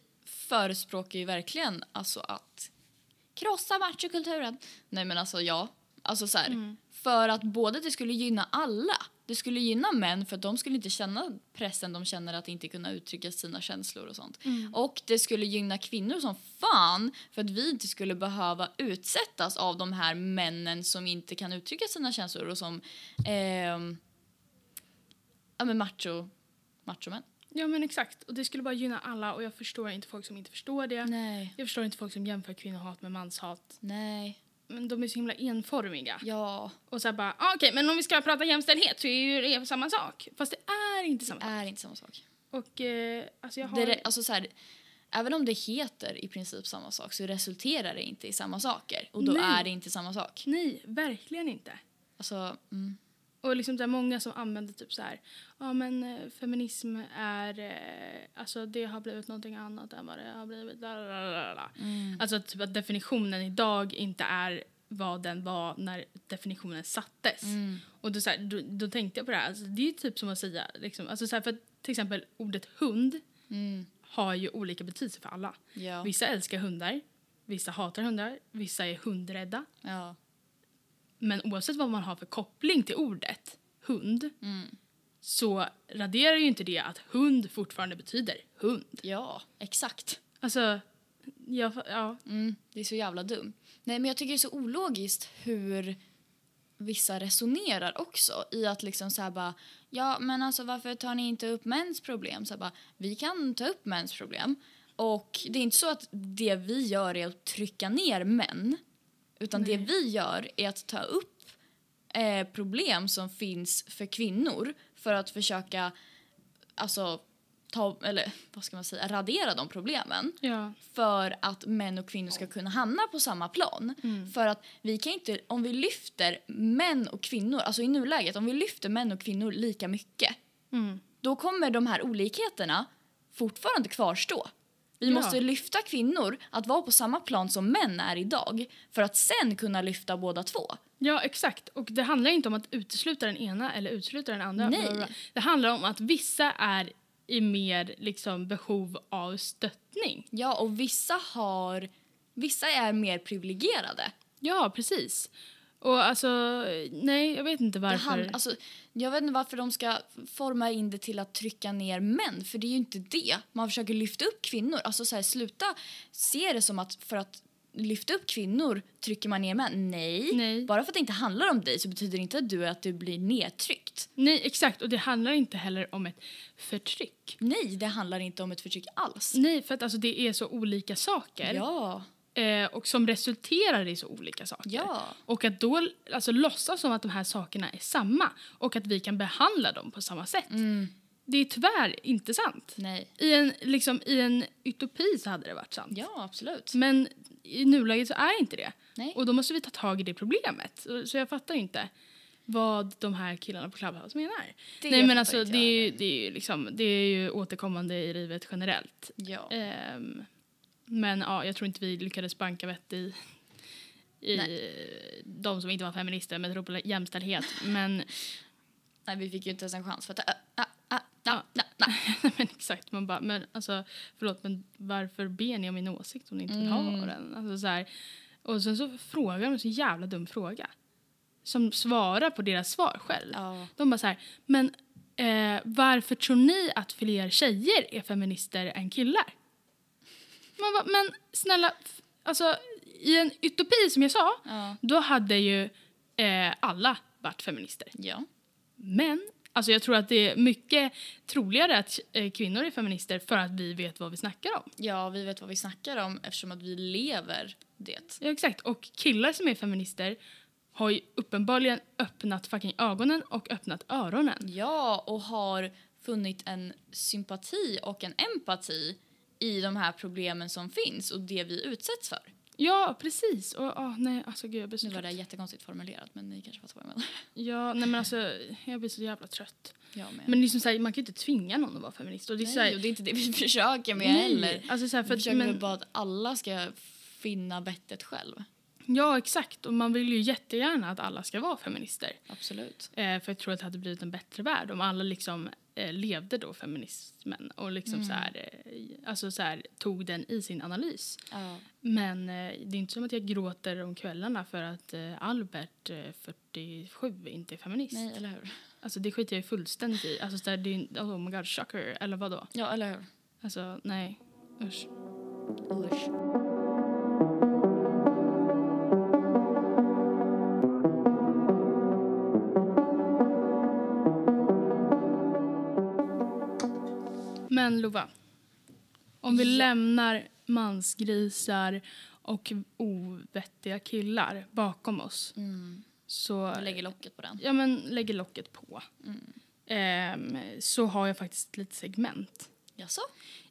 [SPEAKER 1] förespråkar ju verkligen alltså att krossa machokulturen. Nej men alltså ja, alltså så här, för att både det skulle gynna alla. Det skulle gynna män för att de skulle inte känna pressen de känner att inte kunna uttrycka sina känslor och sånt. Och det skulle gynna kvinnor som fan för att vi inte skulle behöva utsättas av de här männen som inte kan uttrycka sina känslor och som ehm, ja men macho, machomän.
[SPEAKER 2] Ja men exakt. Och det skulle bara gynna alla och jag förstår inte folk som inte förstår det.
[SPEAKER 1] Nej.
[SPEAKER 2] Jag förstår inte folk som jämför kvinnohat med manshat.
[SPEAKER 1] Nej.
[SPEAKER 2] Men de är så himla enformiga.
[SPEAKER 1] Ja.
[SPEAKER 2] Och så här bara, ah, okej men om vi ska prata jämställdhet så är ju det samma sak. Fast det är inte samma
[SPEAKER 1] Det
[SPEAKER 2] sak.
[SPEAKER 1] är inte samma sak.
[SPEAKER 2] Och eh, alltså jag
[SPEAKER 1] Det,
[SPEAKER 2] har...
[SPEAKER 1] re- alltså så här, även om det heter i princip samma sak så resulterar det inte i samma saker. Och då
[SPEAKER 2] Nej.
[SPEAKER 1] är det inte samma sak.
[SPEAKER 2] Nej, verkligen inte.
[SPEAKER 1] Alltså, mm.
[SPEAKER 2] Och liksom där många som använder typ så här, ja men eh, feminism är, eh, alltså det har blivit någonting annat än vad det har blivit, la, la, la, la, la.
[SPEAKER 1] Mm.
[SPEAKER 2] Alltså typ att definitionen idag inte är vad den var när definitionen sattes.
[SPEAKER 1] Mm.
[SPEAKER 2] Och då, så här, då, då tänkte jag på det här, alltså, det är ju typ som att säga, liksom, alltså så här, för att till exempel ordet hund
[SPEAKER 1] Mm.
[SPEAKER 2] har ju olika betydelse för alla.
[SPEAKER 1] Ja.
[SPEAKER 2] Vissa älskar hundar, vissa hatar hundar, vissa är hundrädda.
[SPEAKER 1] ja.
[SPEAKER 2] Men oavsett vad man har för koppling till ordet hund
[SPEAKER 1] Mm.
[SPEAKER 2] så raderar ju inte det att hund fortfarande betyder hund.
[SPEAKER 1] Ja, exakt.
[SPEAKER 2] Alltså, jag, fa- ja.
[SPEAKER 1] Mm, det är så jävla dumt. Nej, men jag tycker det är så ologiskt hur vissa resonerar också i att liksom så här bara ja men alltså varför tar ni inte upp mäns problem? Så här bara, vi kan ta upp mäns problem och det är inte så att det vi gör är att trycka ner män utan det vi gör är att ta upp eh, problem som finns för kvinnor för att försöka alltså ta eller vad ska man säga radera de problemen
[SPEAKER 2] ja.
[SPEAKER 1] för att män och kvinnor ska kunna hamna på samma plan.
[SPEAKER 2] Mm.
[SPEAKER 1] För att vi kan inte, om vi lyfter män och kvinnor, alltså i nuläget, om vi lyfter män och kvinnor lika mycket,
[SPEAKER 2] Mm.
[SPEAKER 1] då kommer de här olikheterna fortfarande kvarstå. Vi
[SPEAKER 2] Ja.
[SPEAKER 1] måste lyfta kvinnor att vara på samma plan som män är idag för att sen kunna lyfta båda två.
[SPEAKER 2] ja, exakt. Och det handlar ju inte om att utesluta den ena eller utesluta den andra.
[SPEAKER 1] Nej.
[SPEAKER 2] Blablabla. Det handlar om att vissa är i mer liksom, behov av stöttning.
[SPEAKER 1] Ja, och vissa har, vissa är mer privilegierade.
[SPEAKER 2] Ja, precis. Och alltså, nej, jag vet inte
[SPEAKER 1] Det
[SPEAKER 2] varför.
[SPEAKER 1] hand, alltså, jag vet inte varför de ska forma in det till att trycka ner män, för det är ju inte det. Man försöker lyfta upp kvinnor. Alltså så här, sluta se det som att för att lyfta upp kvinnor trycker man ner män. Nej.
[SPEAKER 2] Nej.
[SPEAKER 1] Bara för att det inte handlar om dig så betyder det inte att du, att du blir nedtryckt.
[SPEAKER 2] Nej, exakt. Och det handlar inte heller om ett förtryck.
[SPEAKER 1] Nej, det handlar inte om ett förtryck alls.
[SPEAKER 2] Nej, för att alltså, det är så olika saker.
[SPEAKER 1] Ja.
[SPEAKER 2] eh, och som resulterar i så olika saker.
[SPEAKER 1] Ja.
[SPEAKER 2] Och att då alltså, låtsas som att de här sakerna är samma och att vi kan behandla dem på samma sätt.
[SPEAKER 1] Mm.
[SPEAKER 2] Det är tyvärr inte sant.
[SPEAKER 1] Nej.
[SPEAKER 2] I en, liksom, I en utopi så hade det varit sant.
[SPEAKER 1] Ja, absolut.
[SPEAKER 2] Men i nuläget så är inte det.
[SPEAKER 1] Nej.
[SPEAKER 2] Mm. Och då måste vi ta tag i det problemet. Så, så jag fattar inte vad de här killarna på Clubhouse menar.
[SPEAKER 1] Det
[SPEAKER 2] Nej
[SPEAKER 1] fattar
[SPEAKER 2] men alltså
[SPEAKER 1] inte
[SPEAKER 2] det
[SPEAKER 1] jag
[SPEAKER 2] är, ju, det, är ju liksom, det är ju återkommande i livet generellt.
[SPEAKER 1] Ja.
[SPEAKER 2] Ehm, men ja, jag tror inte vi lyckades banka vett i, i de som inte var feminister men tror på jämställdhet. Men,
[SPEAKER 1] Nej, vi fick ju inte ens en chans för att... Äh, äh, äh, äh,
[SPEAKER 2] Ja.
[SPEAKER 1] äh, äh.
[SPEAKER 2] men exakt, man bara, men alltså förlåt men varför ber ni om min åsikt om ni inte vill ha den? Alltså, så här, och sen så frågar de så jävla dum fråga. Som svarar på deras svar själv.
[SPEAKER 1] Ja.
[SPEAKER 2] De bara så här, men eh, varför tror ni att fler tjejer är feminister än killar? Man bara, men snälla, f- alltså i en utopi som jag sa,
[SPEAKER 1] ah. Ja.
[SPEAKER 2] då hade ju eh, alla varit feminister.
[SPEAKER 1] Ja.
[SPEAKER 2] Men alltså jag tror att det är mycket troligare att eh, kvinnor är feminister för att vi vet vad vi snackar om.
[SPEAKER 1] Ja, vi vet vad vi snackar om eftersom att vi lever det.
[SPEAKER 2] Ja, exakt. Och killar som är feminister har ju uppenbarligen öppnat fucking ögonen och öppnat öronen.
[SPEAKER 1] Ja, och har funnit en sympati och en empati i de här problemen som finns och det vi utsätts för.
[SPEAKER 2] Ja, precis. Och ah, nej, alltså gud jag blir så
[SPEAKER 1] Nu var
[SPEAKER 2] trött.
[SPEAKER 1] det jättekonstigt formulerat, men ni kanske fattar vad jag menar.
[SPEAKER 2] Ja, nej men alltså jag blir så jävla trött.
[SPEAKER 1] Jag med.
[SPEAKER 2] Men liksom så här, man kan ju inte tvinga någon att vara feminist. Och det är så
[SPEAKER 1] Nej,
[SPEAKER 2] här,
[SPEAKER 1] och det är inte det vi försöker med heller.
[SPEAKER 2] Alltså så här, för
[SPEAKER 1] Vi
[SPEAKER 2] att,
[SPEAKER 1] försöker väl
[SPEAKER 2] men,
[SPEAKER 1] bara att alla ska finna vettet själv.
[SPEAKER 2] ja, exakt. Och man vill ju jättegärna att alla ska vara feminister.
[SPEAKER 1] Absolut.
[SPEAKER 2] Eh, för jag tror att det hade blivit en bättre värld om alla liksom eh, levde då feminismen och liksom så här,
[SPEAKER 1] Mm.
[SPEAKER 2] eh, alltså så här, tog den i sin analys.
[SPEAKER 1] Ja.
[SPEAKER 2] Men eh, det är inte som att jag gråter om kvällarna för att eh, Albert, eh, 47, inte är feminist.
[SPEAKER 1] Nej, eller hur?
[SPEAKER 2] Alltså det skiter jag ju fullständigt i. Alltså så där, det är ju, oh my god, shocker, eller vadå?
[SPEAKER 1] Ja, eller hur?
[SPEAKER 2] Alltså nej, usch.
[SPEAKER 1] Usch.
[SPEAKER 2] Men Lova, om vi
[SPEAKER 1] Ja.
[SPEAKER 2] lämnar mansgrisar och ovettiga killar bakom oss
[SPEAKER 1] Mm.
[SPEAKER 2] så
[SPEAKER 1] Jag lägger locket på den.
[SPEAKER 2] ja, men, lägger locket på.
[SPEAKER 1] Mm.
[SPEAKER 2] Ehm, så har jag faktiskt ett litet segment.
[SPEAKER 1] Jaså?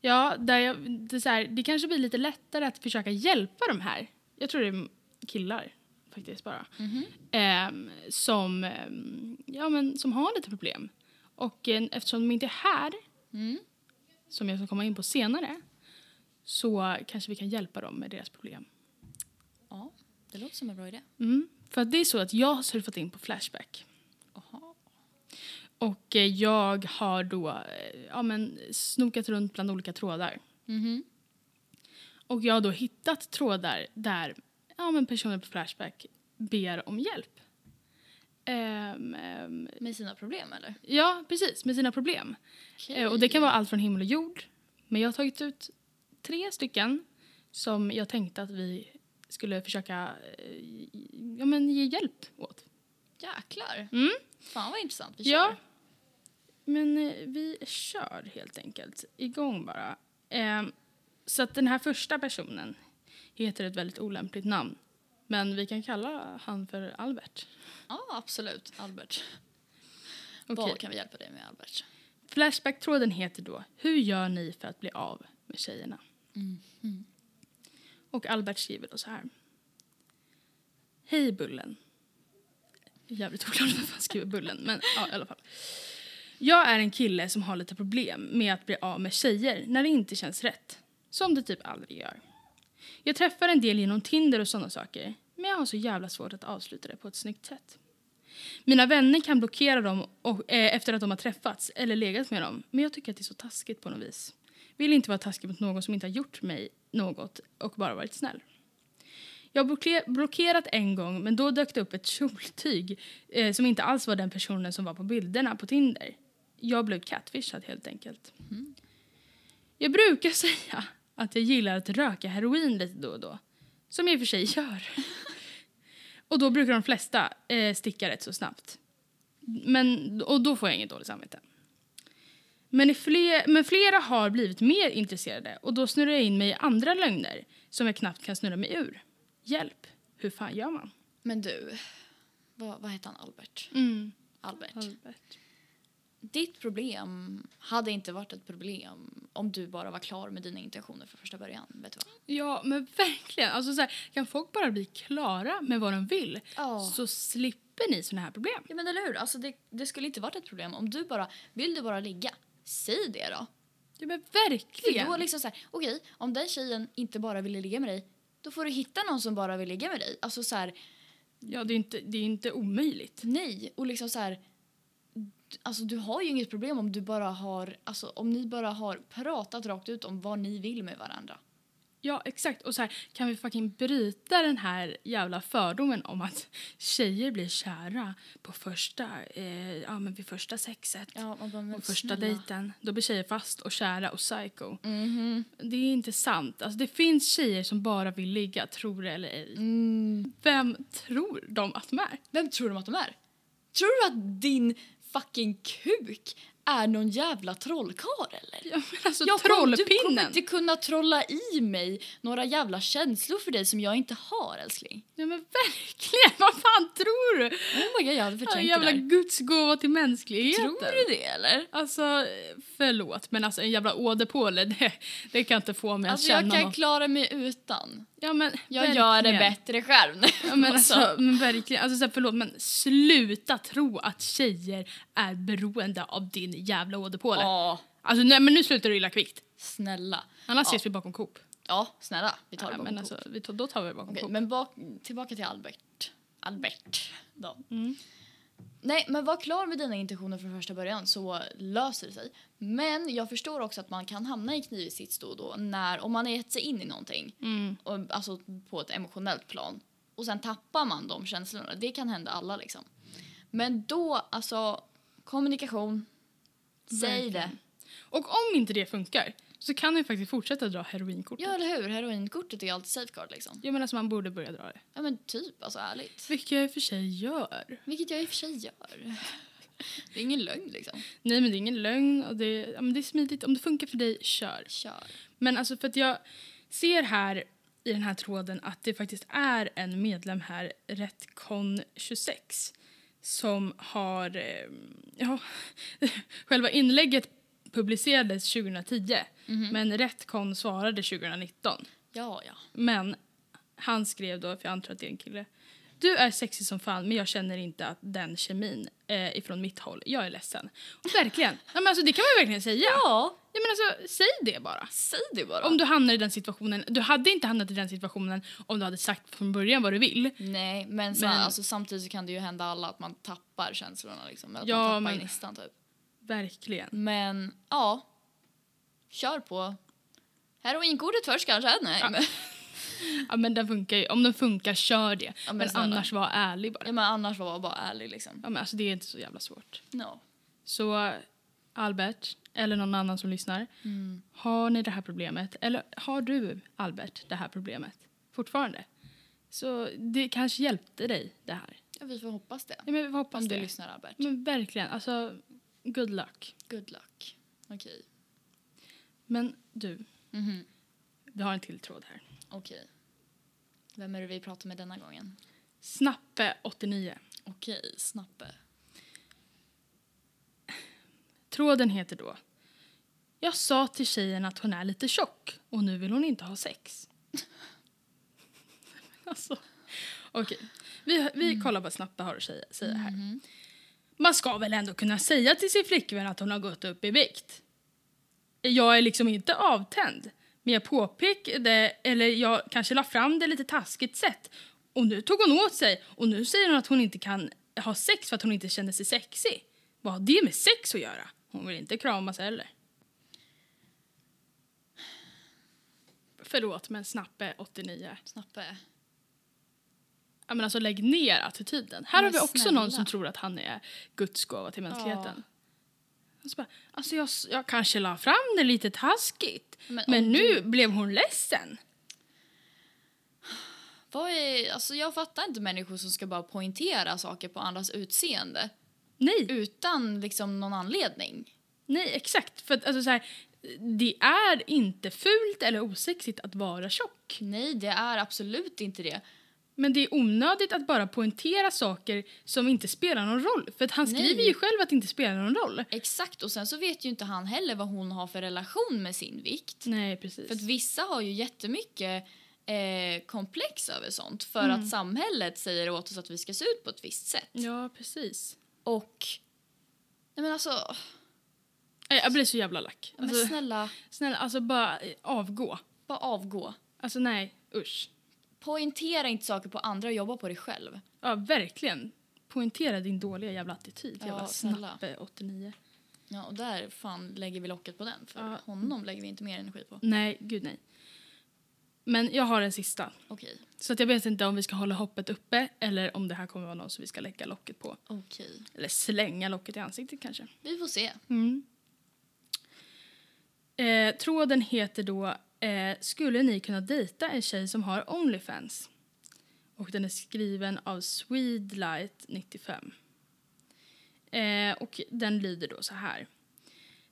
[SPEAKER 2] Ja, där jag, det, är så här, det kanske blir lite lättare att försöka hjälpa de här. Jag tror det är killar faktiskt bara.
[SPEAKER 1] Mhm.
[SPEAKER 2] Ehm, som, ehm, ja, men, som har lite problem. Och eh, eftersom de inte är här,
[SPEAKER 1] Mm.
[SPEAKER 2] som jag ska komma in på senare, så kanske vi kan hjälpa dem med deras problem.
[SPEAKER 1] Ja, det låter som en bra idé.
[SPEAKER 2] Mm. För att det är så att jag har surfat in på Flashback.
[SPEAKER 1] Aha.
[SPEAKER 2] Och eh, jag har då eh, ja, men, snokat runt bland olika trådar.
[SPEAKER 1] Mhm.
[SPEAKER 2] Och jag har då hittat trådar där ja, men personer på Flashback ber om hjälp. Ehm, ehm,
[SPEAKER 1] Med sina problem eller?
[SPEAKER 2] ja, precis, med sina problem.
[SPEAKER 1] Okej.
[SPEAKER 2] Eh, och det kan vara allt från himmel och jord. Men jag har tagit ut tre stycken som jag tänkte att vi skulle försöka eh, ja, men ge hjälp åt.
[SPEAKER 1] Jäklar.
[SPEAKER 2] Mm.
[SPEAKER 1] Fan vad intressant. Vi
[SPEAKER 2] Ja.
[SPEAKER 1] kör.
[SPEAKER 2] Men eh, vi kör helt enkelt. Igång bara. Eh, så att den här första personen heter ett väldigt olämpligt namn. Men vi kan kalla han för Albert.
[SPEAKER 1] Ja, absolut. Albert.
[SPEAKER 2] Okej.
[SPEAKER 1] Vad kan vi hjälpa dig med Albert?
[SPEAKER 2] Flashbacktråden heter då Hur gör ni för att bli av med tjejerna?
[SPEAKER 1] Mhm.
[SPEAKER 2] Och Albert skriver då så här. Hej Bullen. Jävligt oklart varför han skriver Bullen, men ja, i alla fall. Jag är en kille som har lite problem med att bli av med tjejer när det inte känns rätt. Som det typ aldrig gör. Jag träffar en del genom Tinder och sådana saker, men jag har så jävla svårt att avsluta det på ett snyggt sätt. Mina vänner kan blockera dem och, eh, efter att de har träffats eller legat med dem, men jag tycker att det är så taskigt på något vis. Vill inte vara taskig mot någon som inte har gjort mig något och bara varit snäll. Jag har blocke- blockerat en gång, men då dök det upp ett kjoltyg eh, som inte alls var den personen som var på bilderna på Tinder. Jag blev catfishad helt enkelt. Jag brukar säga att jag gillar att röka heroin lite då och då, som jag i och för sig gör. och då brukar de flesta eh, sticka rätt så snabbt. Men, och då får jag inget dåligt samvete. Men, i fler, men flera har blivit mer intresserade och då snurrar jag in mig i andra lögner som jag knappt kan snurra mig ur. Hjälp, hur fan gör man?
[SPEAKER 1] Men du, vad, vad heter han? Albert?
[SPEAKER 2] Mm.
[SPEAKER 1] Albert.
[SPEAKER 2] Albert.
[SPEAKER 1] Ditt problem hade inte varit ett problem om du bara var klar med dina intentioner från första början. Vet du vad?
[SPEAKER 2] Ja, men verkligen. Alltså, så här, kan folk bara bli klara med vad de vill
[SPEAKER 1] Ja.
[SPEAKER 2] så slipper ni såna här problem.
[SPEAKER 1] Ja men eller hur? Alltså det, det skulle inte varit ett problem om du bara, vill du bara ligga? Säg det då.
[SPEAKER 2] Ja, men
[SPEAKER 1] För
[SPEAKER 2] verkligen.
[SPEAKER 1] då liksom så här, okej, om den tjejen inte bara ville ligga med dig, då får du hitta någon som bara vill ligga med dig. Alltså så här,
[SPEAKER 2] Ja, det är inte, det är inte omöjligt.
[SPEAKER 1] nej. Och liksom så här, d- alltså du har ju inget problem om du bara har, alltså om ni bara har pratat rakt ut om vad ni vill med varandra.
[SPEAKER 2] Ja, exakt. Och så här, kan vi fucking bryta den här jävla fördomen om att tjejer blir kära på första, eh, ja, men vid första sexet
[SPEAKER 1] Ja, man bara, men
[SPEAKER 2] och första dejten. Då blir tjejer fast och kära och psycho.
[SPEAKER 1] Mhm.
[SPEAKER 2] Det är inte sant. Alltså, det finns tjejer som bara vill ligga, tror det eller ej.
[SPEAKER 1] Mm.
[SPEAKER 2] Vem tror de att de är?
[SPEAKER 1] Vem tror de att de är? Tror du att din fucking kuk är någon jävla trollkarl eller?
[SPEAKER 2] Ja, men alltså
[SPEAKER 1] Jag kommer- Du kommer
[SPEAKER 2] trollpinnen!
[SPEAKER 1] inte kunna trolla i mig några jävla känslor för dig som jag inte har älskling.
[SPEAKER 2] Ja, men verkligen! Vad fan tror du?
[SPEAKER 1] Oh my god, jag hade
[SPEAKER 2] Ja,
[SPEAKER 1] förträngt
[SPEAKER 2] jävla
[SPEAKER 1] det där.
[SPEAKER 2] guds gåva till mänskligheten.
[SPEAKER 1] Tror du det eller?
[SPEAKER 2] Alltså, förlåt, men alltså en jävla åderpåle, det, det kan inte få mig att
[SPEAKER 1] Alltså
[SPEAKER 2] känna
[SPEAKER 1] jag kan
[SPEAKER 2] något.
[SPEAKER 1] klara mig utan.
[SPEAKER 2] Ja, men
[SPEAKER 1] Jag
[SPEAKER 2] verkligen.
[SPEAKER 1] gör det bättre själv nu.
[SPEAKER 2] Ja, men alltså,
[SPEAKER 1] Alltså,
[SPEAKER 2] men verkligen. Alltså, så här, förlåt, men sluta tro att tjejer är beroende av din jävla åderpåle.
[SPEAKER 1] Ja,
[SPEAKER 2] Alltså, nej, men nu slutar du illa kvickt.
[SPEAKER 1] snälla.
[SPEAKER 2] Annars
[SPEAKER 1] Ja.
[SPEAKER 2] ses vi bakom Coop.
[SPEAKER 1] Ja, snälla. Vi tar det
[SPEAKER 2] Ja,
[SPEAKER 1] bakom
[SPEAKER 2] men
[SPEAKER 1] kok.
[SPEAKER 2] alltså, vi tar, då tar vi det bakom
[SPEAKER 1] Okej,
[SPEAKER 2] Coop.
[SPEAKER 1] men bak, tillbaka till Albert. Albert då.
[SPEAKER 2] Mm.
[SPEAKER 1] Nej, men var klar med dina intentioner från första början så löser det sig. Men jag förstår också att man kan hamna i knivig sits då och då när, om man har gett sig in i någonting,
[SPEAKER 2] Mm.
[SPEAKER 1] och, alltså på ett emotionellt plan, och sen tappar man de känslorna. Det kan hända alla liksom. Men då, alltså, kommunikation. Säg det.
[SPEAKER 2] Verkligen. Och om inte det funkar så kan du faktiskt fortsätta dra heroinkortet.
[SPEAKER 1] Ja, eller hur? Heroinkortet är ju alltid safeguard liksom.
[SPEAKER 2] Jag menar, alltså, man borde börja dra det.
[SPEAKER 1] Ja, men typ, alltså ärligt.
[SPEAKER 2] Vilket jag i och för sig gör.
[SPEAKER 1] Vilket jag i och för sig gör. Det är ingen lögn liksom.
[SPEAKER 2] Nej men det är ingen lögn och det, ja, men det är smidigt. Om det funkar för dig, kör.
[SPEAKER 1] Kör.
[SPEAKER 2] Men alltså för att jag ser här i den här tråden att det faktiskt är en medlem här, Retcon26, som har... eh, Ja, själva inlägget publicerades 2010 men Retcon svarade 2019.
[SPEAKER 1] Ja, ja.
[SPEAKER 2] Men han skrev då, för jag antar att det är en kille. Du är sexig som fan men jag känner inte att den kemin eh, ifrån mitt håll. Jag är ledsen. Och verkligen. Ja, men alltså, det kan man ju verkligen säga.
[SPEAKER 1] Ja,
[SPEAKER 2] Ja, men alltså, säg det bara.
[SPEAKER 1] säg det bara.
[SPEAKER 2] Om du hamnar i den situationen. Du hade inte hamnat i den situationen om du hade sagt från början vad du vill.
[SPEAKER 1] Nej, men, så,
[SPEAKER 2] Men-
[SPEAKER 1] Alltså, samtidigt så kan det ju hända alla att man tappar känslorna liksom. Att
[SPEAKER 2] Ja,
[SPEAKER 1] man tappar
[SPEAKER 2] men-
[SPEAKER 1] gnistan typ.
[SPEAKER 2] Verkligen.
[SPEAKER 1] Men ja, kör på. Heroinkortet först kanske? Nej,
[SPEAKER 2] Ja.
[SPEAKER 1] men,
[SPEAKER 2] Ja, men den funkar ju. Om den funkar, kör det.
[SPEAKER 1] Ja, men
[SPEAKER 2] men
[SPEAKER 1] snälla.
[SPEAKER 2] annars, var ärlig bara.
[SPEAKER 1] ja, men annars var jag bara ärlig liksom.
[SPEAKER 2] Ja, men alltså, det är inte så jävla svårt.
[SPEAKER 1] No.
[SPEAKER 2] Så Albert, eller någon annan som lyssnar.
[SPEAKER 1] Mm.
[SPEAKER 2] Har ni det här problemet? Eller har du, Albert, det här problemet fortfarande? Så det kanske hjälpte dig, det här.
[SPEAKER 1] Ja, vi får hoppas det. Mm.
[SPEAKER 2] Ja, men vi hoppas
[SPEAKER 1] Om du
[SPEAKER 2] det.
[SPEAKER 1] lyssnar Albert.
[SPEAKER 2] Men verkligen, alltså good luck.
[SPEAKER 1] Good luck. Okej.
[SPEAKER 2] Men du,
[SPEAKER 1] Mhm.
[SPEAKER 2] vi har en till tråd här.
[SPEAKER 1] Okej. Vem är det vi pratar med denna gången?
[SPEAKER 2] Snappe, 89.
[SPEAKER 1] Okej, Snappe.
[SPEAKER 2] Tråden heter då Jag sa till tjejen att hon är lite tjock och nu vill hon inte ha sex. alltså, okej. Vi, vi kollar vad Snappe har att säga, säga här.
[SPEAKER 1] Mhm.
[SPEAKER 2] Man ska väl ändå kunna säga till sin flickvän att hon har gått upp i vikt. Jag är liksom inte avtänd, men jag påpekade, eller jag kanske la fram det lite taskigt sätt. Och nu tog hon åt sig och nu säger hon att hon inte kan ha sex för att hon inte känner sig sexig. Vad har det med sex att göra? Hon vill inte kramas heller. Förlåt, men Snappe 89.
[SPEAKER 1] Snappe.
[SPEAKER 2] Ja, men alltså lägg ner attityden. Här
[SPEAKER 1] Men
[SPEAKER 2] har vi också
[SPEAKER 1] snälla.
[SPEAKER 2] någon som tror att han är Guds gåva till mänskligheten. Och så bara, alltså jag, jag kanske la fram det lite taskigt,
[SPEAKER 1] Men
[SPEAKER 2] men,
[SPEAKER 1] om
[SPEAKER 2] nu blev hon ledsen.
[SPEAKER 1] Vad är, alltså jag fattar inte människor som ska bara poängtera saker på andras utseende
[SPEAKER 2] Nej,
[SPEAKER 1] utan liksom någon anledning.
[SPEAKER 2] nej exakt. För att, alltså, så här, det är inte fult eller osexigt att vara tjock.
[SPEAKER 1] Nej, det är absolut inte det.
[SPEAKER 2] Men det är onödigt att bara poängtera saker som inte spelar någon roll. För att han
[SPEAKER 1] Nej.
[SPEAKER 2] skriver ju själv att det inte spelar någon roll.
[SPEAKER 1] Exakt, och sen så vet ju inte han heller vad hon har för relation med sin vikt.
[SPEAKER 2] Nej, precis.
[SPEAKER 1] För att vissa har ju jättemycket eh, komplex över sånt för att samhället säger åt oss att vi ska se ut på ett visst sätt.
[SPEAKER 2] Ja, precis.
[SPEAKER 1] Och... Nej men alltså, ja,
[SPEAKER 2] Nej, Jag blir så jävla lack.
[SPEAKER 1] men
[SPEAKER 2] Alltså-
[SPEAKER 1] snälla,
[SPEAKER 2] Snälla, alltså bara eh, avgå.
[SPEAKER 1] bara avgå.
[SPEAKER 2] Alltså nej, usch.
[SPEAKER 1] Poängtera inte saker på andra och jobba på dig själv.
[SPEAKER 2] Ja, verkligen. Poängtera din dåliga jävla attityd,
[SPEAKER 1] Ja,
[SPEAKER 2] jävla
[SPEAKER 1] snälla.
[SPEAKER 2] snappe 89.
[SPEAKER 1] Ja, och där fan lägger vi locket på den, för
[SPEAKER 2] Ja.
[SPEAKER 1] honom lägger vi inte mer energi på.
[SPEAKER 2] Nej, gud nej. Men jag har en sista.
[SPEAKER 1] Okej,
[SPEAKER 2] Så att jag vet inte om vi ska hålla hoppet uppe eller om det här kommer vara någon som vi ska lägga locket på.
[SPEAKER 1] okej.
[SPEAKER 2] Eller slänga locket i ansiktet kanske.
[SPEAKER 1] Vi får se.
[SPEAKER 2] Mm. Eh, tråden heter då eh, Skulle ni kunna dejta en tjej som har Onlyfans? Och den är skriven av Swedelight 95. Eh, och den lyder då så här.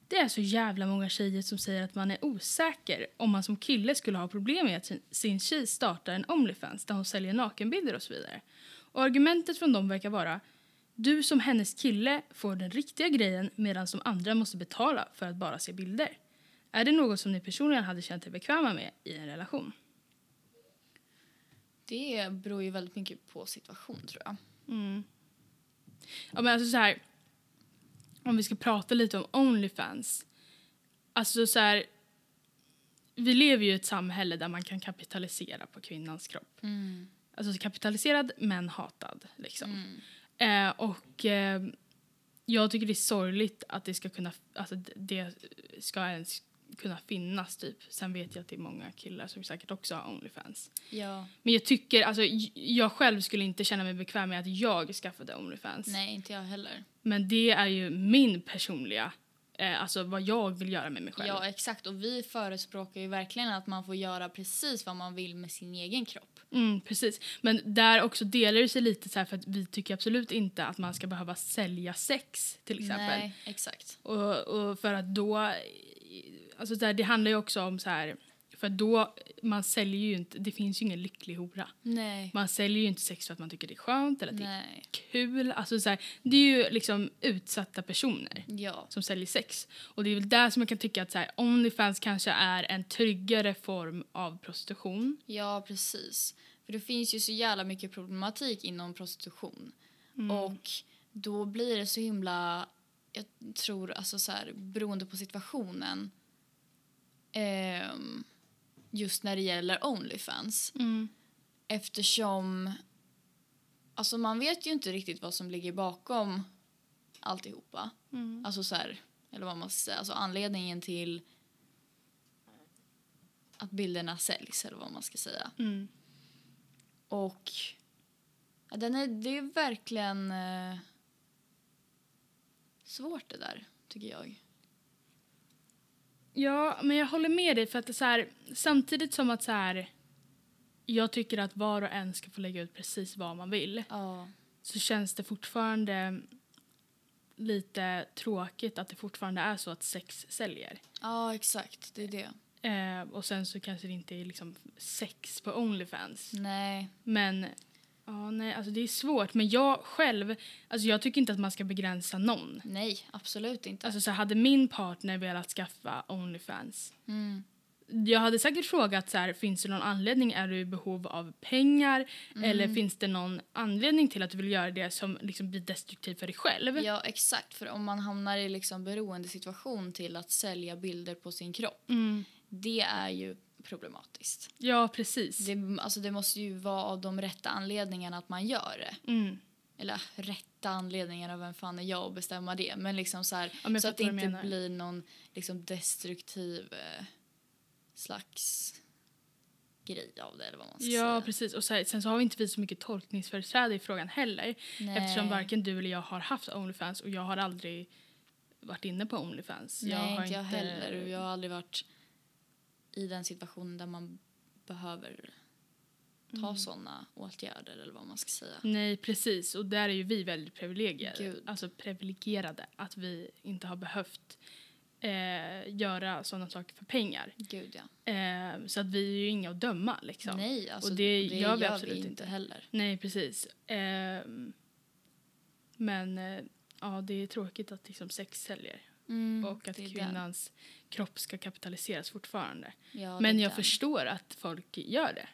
[SPEAKER 2] Det är så jävla många tjejer som säger att man är osäker om man som kille skulle ha problem med att sin- sin tjej startar en Onlyfans där hon säljer nakenbilder och så vidare. Och argumentet från dem verkar vara du som hennes kille får den riktiga grejen medan de andra måste betala för att bara se bilder. Är det något som ni personligen hade känt er bekväma med i en relation?
[SPEAKER 1] Det beror ju väldigt mycket på situation, tror jag.
[SPEAKER 2] Mm. Ja, men alltså så här, om vi ska prata lite om Onlyfans. Alltså så här, vi lever ju i ett samhälle där man kan kapitalisera på kvinnans kropp.
[SPEAKER 1] Mm.
[SPEAKER 2] Alltså kapitaliserad men hatad. Liksom.
[SPEAKER 1] Mm.
[SPEAKER 2] Eh, och eh, jag tycker det är sorgligt att det ska kunna, alltså d- det ska ens kunna finnas typ. Sen vet jag att det är många killar som säkert också har Onlyfans.
[SPEAKER 1] Ja.
[SPEAKER 2] Men jag tycker, alltså j- jag själv skulle inte känna mig bekväm med att jag skaffade Onlyfans.
[SPEAKER 1] Nej, inte jag heller.
[SPEAKER 2] Men det är ju min personliga eh, alltså vad jag vill göra med mig själv.
[SPEAKER 1] Ja, exakt. Och vi förespråkar ju verkligen att man får göra precis vad man vill med sin egen kropp.
[SPEAKER 2] Mm, precis. Men där också delar det sig lite så här för att vi tycker absolut inte att man ska behöva sälja sex till exempel.
[SPEAKER 1] Nej, exakt.
[SPEAKER 2] Och, och för att då... Alltså där, det handlar ju också om så här... För att då, man säljer ju inte, det finns ju ingen lycklig hora.
[SPEAKER 1] Nej.
[SPEAKER 2] Man säljer ju inte sex för att man tycker det är skönt eller att det är
[SPEAKER 1] Nej.
[SPEAKER 2] kul. Alltså så här, det är ju liksom utsatta personer
[SPEAKER 1] Ja.
[SPEAKER 2] som säljer sex. Och det är väl där som jag kan tycka att så här, Onlyfans kanske är en tryggare form av prostitution.
[SPEAKER 1] Ja, precis. För det finns ju så jävla mycket problematik inom prostitution.
[SPEAKER 2] Mm.
[SPEAKER 1] Och då blir det så himla, jag tror, alltså så här, beroende på situationen ehm, just när det gäller Onlyfans.
[SPEAKER 2] Mm.
[SPEAKER 1] Eftersom alltså man vet ju inte riktigt vad som ligger bakom alltihopa.
[SPEAKER 2] Mm.
[SPEAKER 1] Alltså så här, eller vad man ska säga, alltså anledningen till att bilderna säljs eller vad man ska säga.
[SPEAKER 2] Mm.
[SPEAKER 1] Och ja, den är, det är verkligen eh, svårt det där, tycker jag.
[SPEAKER 2] Ja, men jag håller med dig. för att det är så här, Samtidigt som att så här, jag tycker att var och en ska få lägga ut precis vad man vill
[SPEAKER 1] Ja,
[SPEAKER 2] så känns det fortfarande lite tråkigt att det fortfarande är så att sex säljer.
[SPEAKER 1] ja exakt, det är det.
[SPEAKER 2] Eh, och sen så kanske det inte är liksom sex på Onlyfans.
[SPEAKER 1] Nej,
[SPEAKER 2] Men ja, nej, alltså det är svårt. Men jag själv, alltså jag tycker inte att man ska begränsa någon.
[SPEAKER 1] nej, absolut inte.
[SPEAKER 2] Alltså så här, hade min partner velat skaffa Onlyfans
[SPEAKER 1] Mm,
[SPEAKER 2] jag hade säkert frågat så här, finns det någon anledning, är du i behov av pengar eller
[SPEAKER 1] Mm.
[SPEAKER 2] finns det någon anledning till att du vill göra det som liksom blir destruktiv för dig själv?
[SPEAKER 1] ja, exakt. För om man hamnar i liksom beroendesituation till att sälja bilder på sin kropp,
[SPEAKER 2] Mm.
[SPEAKER 1] det är ju problematiskt.
[SPEAKER 2] Ja, precis.
[SPEAKER 1] Det, alltså det måste ju vara av de rätta anledningarna att man gör det.
[SPEAKER 2] Mm.
[SPEAKER 1] Eller rätta anledningarna, vem fan är jag att bestämma det? Men liksom så här,
[SPEAKER 2] Ja, men jag
[SPEAKER 1] så att det
[SPEAKER 2] fattar vad
[SPEAKER 1] inte
[SPEAKER 2] du menar.
[SPEAKER 1] blir någon liksom destruktiv eh, slags grej av det eller vad man ska
[SPEAKER 2] Ja,
[SPEAKER 1] säga.
[SPEAKER 2] precis. Och så här, sen så har vi inte vi så mycket tolkningsföreträde i frågan heller
[SPEAKER 1] Nej.
[SPEAKER 2] eftersom varken du eller jag har haft Onlyfans och jag har aldrig varit inne på Onlyfans.
[SPEAKER 1] Nej,
[SPEAKER 2] har
[SPEAKER 1] inte jag heller. Och jag har aldrig varit i den situationen där man behöver ta såna sådana åtgärder eller vad man ska säga.
[SPEAKER 2] Nej, precis. Och där är ju vi väldigt privilegierade.
[SPEAKER 1] Gud.
[SPEAKER 2] Alltså privilegierade. Att vi inte har behövt eh, göra sådana saker för pengar.
[SPEAKER 1] Gud ja.
[SPEAKER 2] Eh, så att vi är ju inga att döma liksom.
[SPEAKER 1] Nej, alltså
[SPEAKER 2] Och
[SPEAKER 1] det,
[SPEAKER 2] det
[SPEAKER 1] gör
[SPEAKER 2] gör
[SPEAKER 1] vi,
[SPEAKER 2] vi absolut
[SPEAKER 1] inte,
[SPEAKER 2] inte.
[SPEAKER 1] heller.
[SPEAKER 2] Nej, precis. Eh, men eh, ja, det är tråkigt att liksom sex säljer.
[SPEAKER 1] Mm,
[SPEAKER 2] och att
[SPEAKER 1] det är den.
[SPEAKER 2] kvinnans kropp ska kapitaliseras fortfarande.
[SPEAKER 1] Ja,
[SPEAKER 2] men
[SPEAKER 1] det är
[SPEAKER 2] jag
[SPEAKER 1] den.
[SPEAKER 2] förstår att folk gör det.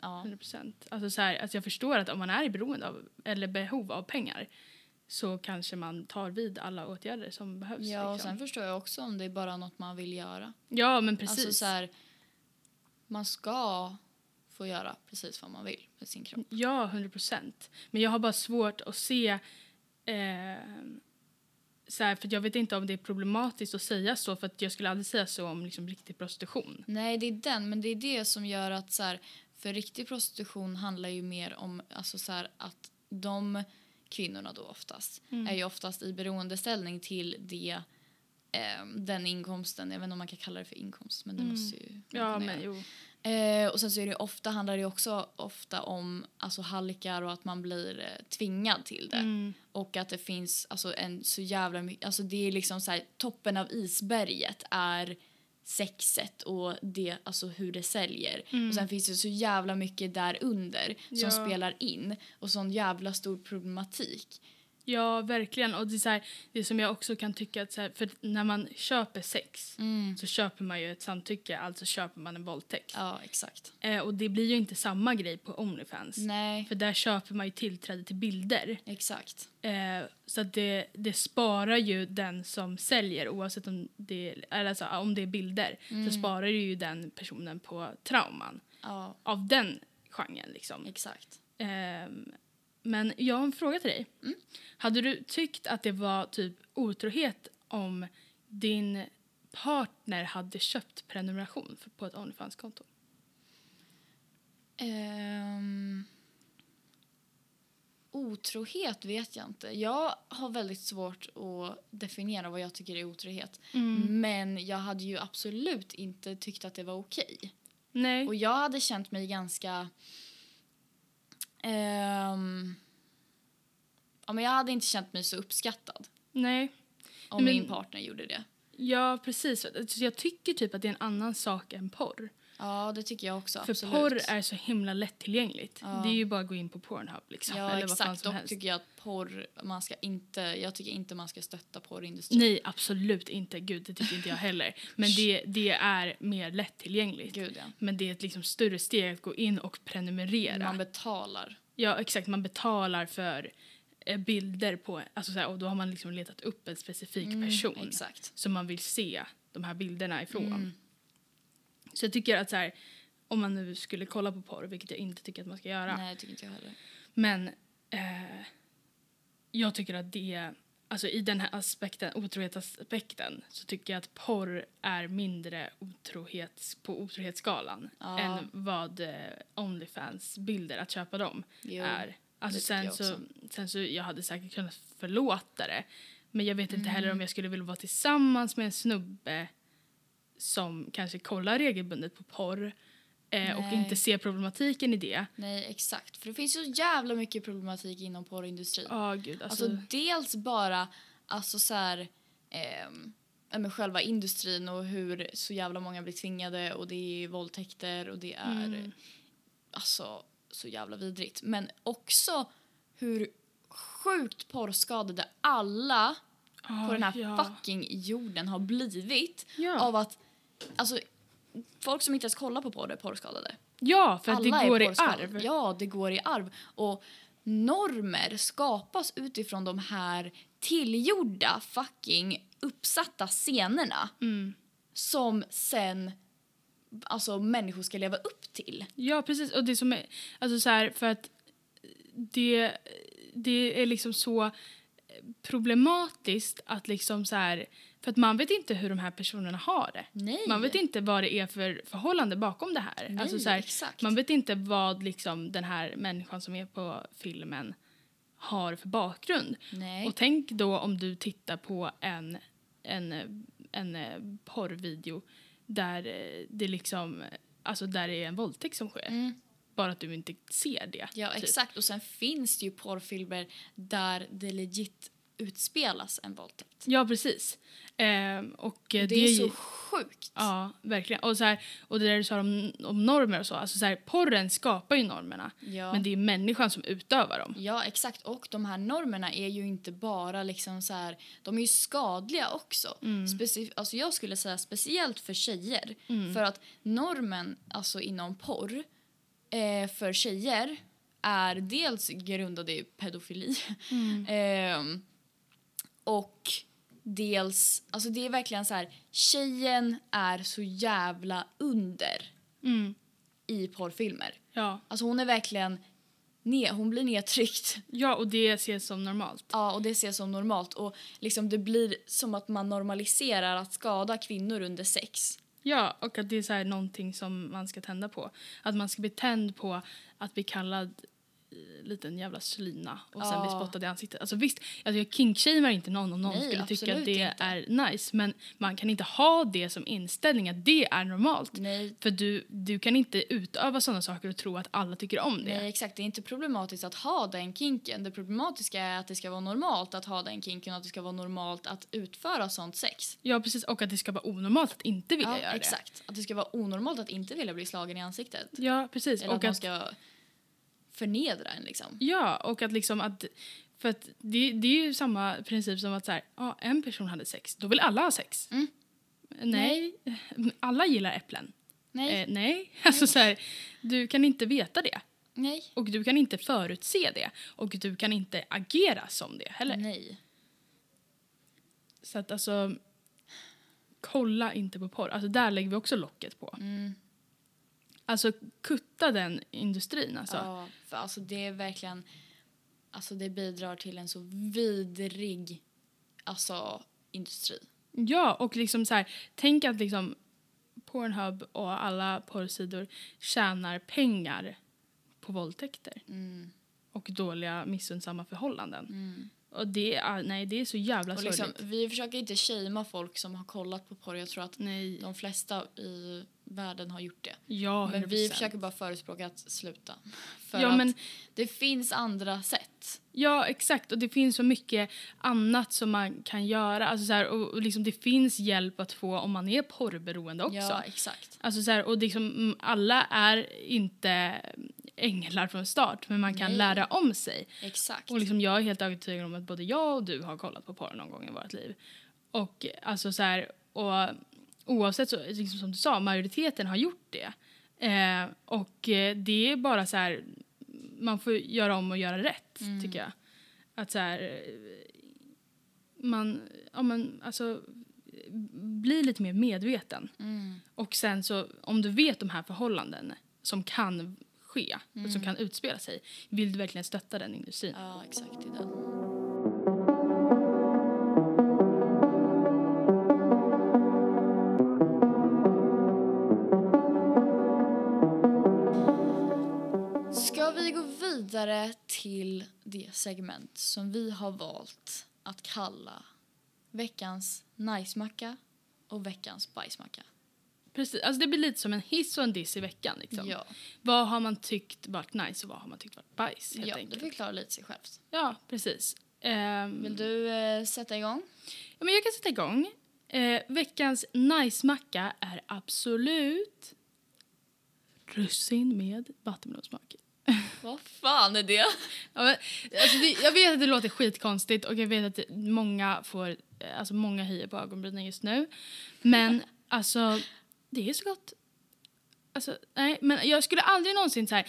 [SPEAKER 1] Ja.
[SPEAKER 2] 100%. Alltså så här, alltså jag förstår att om man är i beroende av, eller behov av pengar så kanske man tar vid alla åtgärder som behövs.
[SPEAKER 1] Ja, och
[SPEAKER 2] liksom.
[SPEAKER 1] sen förstår jag också om det är bara något man vill göra.
[SPEAKER 2] ja men precis.
[SPEAKER 1] Alltså så här, man ska få göra precis vad man vill med sin kropp.
[SPEAKER 2] Ja, 100 procent. Men jag har bara svårt att se... Eh, så här, för Jag vet inte om det är problematiskt att säga så. För att Jag skulle aldrig säga så om liksom, riktig prostitution.
[SPEAKER 1] Nej, det är den, men det är det som gör att så här, för riktig prostitution handlar ju mer om alltså så här, att de kvinnorna då oftast
[SPEAKER 2] Mm.
[SPEAKER 1] är ju oftast i beroendeställning till det eh, den inkomsten, jag vet inte om man kan kalla det för inkomst men det måste ju man
[SPEAKER 2] Mm. Ja,
[SPEAKER 1] kunna
[SPEAKER 2] men
[SPEAKER 1] göra.
[SPEAKER 2] jo.
[SPEAKER 1] Eh, och sen så är det ju ofta, handlar det ju också ofta om alltså, halkar och att man blir eh, tvingad till det.
[SPEAKER 2] Mm.
[SPEAKER 1] Och att det finns alltså, en så jävla mycket, alltså det är liksom så här, toppen av isberget är sexet och det, alltså hur det säljer. Och sen finns det så jävla mycket där under som
[SPEAKER 2] Ja.
[SPEAKER 1] spelar in och sån jävla stor problematik.
[SPEAKER 2] Ja, verkligen. Och det, är så här, det som jag också kan tycka... Att, så här, för när man köper sex så köper man ju ett samtycke, alltså köper man en våldtäkt.
[SPEAKER 1] Ja, exakt.
[SPEAKER 2] Eh, och det blir ju inte samma grej på Onlyfans.
[SPEAKER 1] Nej,
[SPEAKER 2] För där köper man ju tillträde till bilder.
[SPEAKER 1] exakt.
[SPEAKER 2] Eh, så att det, det sparar ju den som säljer, oavsett om det, eller alltså, om det är bilder. Så sparar det ju den personen på trauman
[SPEAKER 1] Ja,
[SPEAKER 2] av den genren. Liksom.
[SPEAKER 1] exakt.
[SPEAKER 2] Ehm, men jag har en fråga till dig.
[SPEAKER 1] Mm.
[SPEAKER 2] Hade du tyckt att det var typ otrohet om din partner hade köpt prenumeration för, på ett Onlyfans-konto?
[SPEAKER 1] Um, Ehm, otrohet vet jag inte. Jag har väldigt svårt att definiera vad jag tycker är otrohet.
[SPEAKER 2] Mm.
[SPEAKER 1] Men jag hade ju absolut inte tyckt att det var okej.
[SPEAKER 2] Nej.
[SPEAKER 1] Och jag hade känt mig ganska... ehm, ja, men jag hade inte känt mig så uppskattad
[SPEAKER 2] Nej.
[SPEAKER 1] om
[SPEAKER 2] Men-
[SPEAKER 1] min partner gjorde det.
[SPEAKER 2] Ja, precis. Så jag tycker typ att det är en annan sak än porr.
[SPEAKER 1] Ja, det tycker jag också.
[SPEAKER 2] För
[SPEAKER 1] absolut.
[SPEAKER 2] porr är så himla lättillgängligt.
[SPEAKER 1] Ja.
[SPEAKER 2] Det är ju bara att gå in på Pornhub liksom.
[SPEAKER 1] Ja,
[SPEAKER 2] eller vad fan
[SPEAKER 1] exakt.
[SPEAKER 2] som
[SPEAKER 1] Dock
[SPEAKER 2] helst.
[SPEAKER 1] tycker jag att porr, man ska inte, jag tycker inte man ska stötta porrindustrin.
[SPEAKER 2] Nej, absolut inte. Gud, det tycker inte jag heller. Men det, det är mer lättillgängligt.
[SPEAKER 1] Gud, ja.
[SPEAKER 2] Men det är ett liksom större steg att gå in och prenumerera.
[SPEAKER 1] Man betalar.
[SPEAKER 2] ja, exakt. Man betalar för eh, bilder på... Alltså så här, och då har man liksom letat upp en specifik person
[SPEAKER 1] Mm, Exakt.
[SPEAKER 2] som man vill se de här bilderna ifrån.
[SPEAKER 1] Mm.
[SPEAKER 2] Så jag tycker att så här, om man nu skulle kolla på porr, vilket jag inte tycker att man ska göra,
[SPEAKER 1] Nej, det tycker inte jag heller.
[SPEAKER 2] Men eh, jag tycker att det... Alltså I den här aspekten, otrohetsaspekten så tycker jag att porr är mindre otrohets, på otrohetsskalan
[SPEAKER 1] Ja.
[SPEAKER 2] än vad eh, Onlyfans-bilder, att köpa dem,
[SPEAKER 1] Jo.
[SPEAKER 2] är. Alltså
[SPEAKER 1] det tycker
[SPEAKER 2] sen,
[SPEAKER 1] jag
[SPEAKER 2] så,
[SPEAKER 1] också.
[SPEAKER 2] sen så Jag hade säkert kunnat förlåta det men jag vet inte heller
[SPEAKER 1] Mm.
[SPEAKER 2] om jag skulle vilja vara tillsammans med en snubbe som kanske kollar regelbundet på porr eh, och
[SPEAKER 1] Nej.
[SPEAKER 2] inte ser problematiken i det.
[SPEAKER 1] Nej, exakt. För det finns så jävla mycket problematik inom porrindustrin.
[SPEAKER 2] Ja, gud.
[SPEAKER 1] Alltså, dels bara alltså så här, ehm, ja, men själva industrin och hur så jävla många blir tvingade och det är våldtäkter och det är
[SPEAKER 2] Mm.
[SPEAKER 1] alltså så jävla vidrigt. Men också hur sjukt porrskadade alla på den här
[SPEAKER 2] ah,
[SPEAKER 1] fucking jorden har blivit
[SPEAKER 2] Ja.
[SPEAKER 1] av att alltså folk som inte ens kollar på porr är porrskadade.
[SPEAKER 2] Ja, för att
[SPEAKER 1] Alla
[SPEAKER 2] det går
[SPEAKER 1] är
[SPEAKER 2] i
[SPEAKER 1] porrskadade.
[SPEAKER 2] arv.
[SPEAKER 1] Ja, det går i arv. Och normer skapas utifrån de här tillgjorda fucking uppsatta scenerna
[SPEAKER 2] Mm.
[SPEAKER 1] som sen alltså människor ska leva upp till.
[SPEAKER 2] Ja, precis. Och det som är, alltså så här, för att det, det är liksom så problematiskt att liksom så här, för att man vet inte hur de här personerna har det.
[SPEAKER 1] Nej.
[SPEAKER 2] Man vet inte vad det är för förhållande bakom det här.
[SPEAKER 1] Nej,
[SPEAKER 2] alltså så här
[SPEAKER 1] exakt.
[SPEAKER 2] man vet inte vad liksom den här människan som är på filmen har för bakgrund.
[SPEAKER 1] Nej.
[SPEAKER 2] Och tänk då om du tittar på en, en, en eh, porrvideo där eh, det liksom, alltså där det är en våldtäkt som sker.
[SPEAKER 1] Mm.
[SPEAKER 2] Bara att du inte ser det.
[SPEAKER 1] Ja,
[SPEAKER 2] typ.
[SPEAKER 1] exakt. Och sen finns det ju porrfilmer där det legit utspelas en våldtäkt.
[SPEAKER 2] Ja, precis. Ehm, och eh,
[SPEAKER 1] Det,
[SPEAKER 2] ju-
[SPEAKER 1] är så sjukt.
[SPEAKER 2] Ja, verkligen. Och, så här, och det där du sa om, om normer och så. Alltså så här, porren skapar ju normerna.
[SPEAKER 1] Ja.
[SPEAKER 2] Men det är människan som utövar dem.
[SPEAKER 1] Ja, exakt. Och de här normerna är ju inte bara liksom så här, de är ju skadliga också. Specif- alltså jag skulle säga speciellt för tjejer. För att normen alltså inom porr eh, för tjejer är dels grundad i pedofili ehm, och dels, alltså det är verkligen så här, tjejen är så jävla under
[SPEAKER 2] Mm.
[SPEAKER 1] i porrfilmer.
[SPEAKER 2] Ja.
[SPEAKER 1] Alltså hon är verkligen, ne- hon blir nedtryckt
[SPEAKER 2] ja, och det ses som normalt.
[SPEAKER 1] Ja, och det ses som normalt. Och liksom Det blir som att man normaliserar att skada kvinnor under sex.
[SPEAKER 2] Ja, och att det är så här någonting som man ska tända på. Att man ska bli tänd på att bli kallad eh, liten jävla slina och sen
[SPEAKER 1] Ja.
[SPEAKER 2] bli spottad i ansiktet. Alltså visst, alltså jag kinkshamear inte någon om någon
[SPEAKER 1] Nej,
[SPEAKER 2] skulle tycka att
[SPEAKER 1] absolut
[SPEAKER 2] det
[SPEAKER 1] inte.
[SPEAKER 2] är nice. Men man kan inte ha det som inställning att det är normalt.
[SPEAKER 1] Nej.
[SPEAKER 2] För du, du kan inte utöva sådana saker och tro att alla tycker om det.
[SPEAKER 1] Nej, exakt. Det är inte problematiskt att ha den kinken. Det problematiska är att det ska vara normalt att ha den kinken och att det ska vara normalt att utföra sånt sex.
[SPEAKER 2] Ja, precis. Och att det ska vara onormalt att inte vilja göra
[SPEAKER 1] exakt. Att det ska vara onormalt att inte vilja bli slagen i ansiktet.
[SPEAKER 2] det. Ja, precis.
[SPEAKER 1] Eller
[SPEAKER 2] och
[SPEAKER 1] att man ska förnedra en liksom.
[SPEAKER 2] Ja, och att liksom att... För att det, det är ju samma princip som att så här, ja, en person hade sex, då vill alla ha sex.
[SPEAKER 1] Mm.
[SPEAKER 2] Nej. alla gillar äpplen.
[SPEAKER 1] Nej,
[SPEAKER 2] Eh, nej. Alltså så här, du kan inte veta det.
[SPEAKER 1] nej,
[SPEAKER 2] Och du kan inte förutse det. Och du kan inte agera som det heller.
[SPEAKER 1] nej.
[SPEAKER 2] Så att alltså, kolla inte på porr. Alltså där lägger vi också locket på.
[SPEAKER 1] Mm.
[SPEAKER 2] Alltså kutta den industrin alltså.
[SPEAKER 1] Ja, för alltså det är verkligen... Alltså det bidrar till en så vidrig alltså, industri.
[SPEAKER 2] Ja, och liksom så här, tänk att liksom Pornhub och alla porrsidor tjänar pengar på våldtäkter.
[SPEAKER 1] Mm.
[SPEAKER 2] Och och dåliga missundsamma förhållanden. Och det är, nej, det är så jävla
[SPEAKER 1] Och
[SPEAKER 2] sorgligt.
[SPEAKER 1] liksom, vi försöker inte shamea folk som har kollat på porr. Jag tror att
[SPEAKER 2] nej.
[SPEAKER 1] de flesta i världen har gjort det.
[SPEAKER 2] Ja, 100%.
[SPEAKER 1] Men vi försöker bara förespråka att sluta. För
[SPEAKER 2] Ja, men-
[SPEAKER 1] att det finns andra sätt.
[SPEAKER 2] Ja, exakt. Och det finns så mycket annat som man kan göra. Alltså så här, och, och liksom, det finns hjälp att få om man är porrberoende också.
[SPEAKER 1] Ja, exakt.
[SPEAKER 2] Alltså så här, och liksom, mm, alla är inte änglar från start, men man kan
[SPEAKER 1] Nej.
[SPEAKER 2] lära om sig.
[SPEAKER 1] Exakt.
[SPEAKER 2] Och liksom, jag är helt övertygad om att både jag och du har kollat på porr någon gång i vårt liv. Och alltså så här, och oavsett så, liksom, som du sa, majoriteten har gjort det. Eh, och eh, det är bara så här, man får göra om och göra rätt,
[SPEAKER 1] Mm.
[SPEAKER 2] tycker jag. Att så här, eh, man, ja men alltså, bli lite mer medveten.
[SPEAKER 1] Mm.
[SPEAKER 2] Och sen så, om du vet de här förhållanden som kan ske och
[SPEAKER 1] Mm.
[SPEAKER 2] som kan utspela sig, vill du verkligen stötta den industrin?
[SPEAKER 1] Ja, exakt. Det är den. Ska vi gå vidare till det segment som vi har valt att kalla veckans najsmacka och veckans bajsmacka?
[SPEAKER 2] Precis, alltså det blir lite som en hiss och en diss i veckan. Liksom.
[SPEAKER 1] Ja,
[SPEAKER 2] Vad har man tyckt varit nice och vad har man tyckt varit bajs? Helt
[SPEAKER 1] ja det
[SPEAKER 2] enkelt.
[SPEAKER 1] förklarar lite sig självt.
[SPEAKER 2] ja precis. Ehm,
[SPEAKER 1] Vill du eh, sätta igång?
[SPEAKER 2] ja, men jag kan sätta igång. Eh, veckans nice-macka är absolut russin med vattenmelonsmak.
[SPEAKER 1] Vad fan är det?
[SPEAKER 2] Ja, men, alltså det, jag vet att det låter skitkonstigt och jag vet att det- många får, eh, alltså många höjer på ögonbrynen just nu. Men alltså, det är så gott. Alltså, nej, men jag skulle aldrig någonsin så här,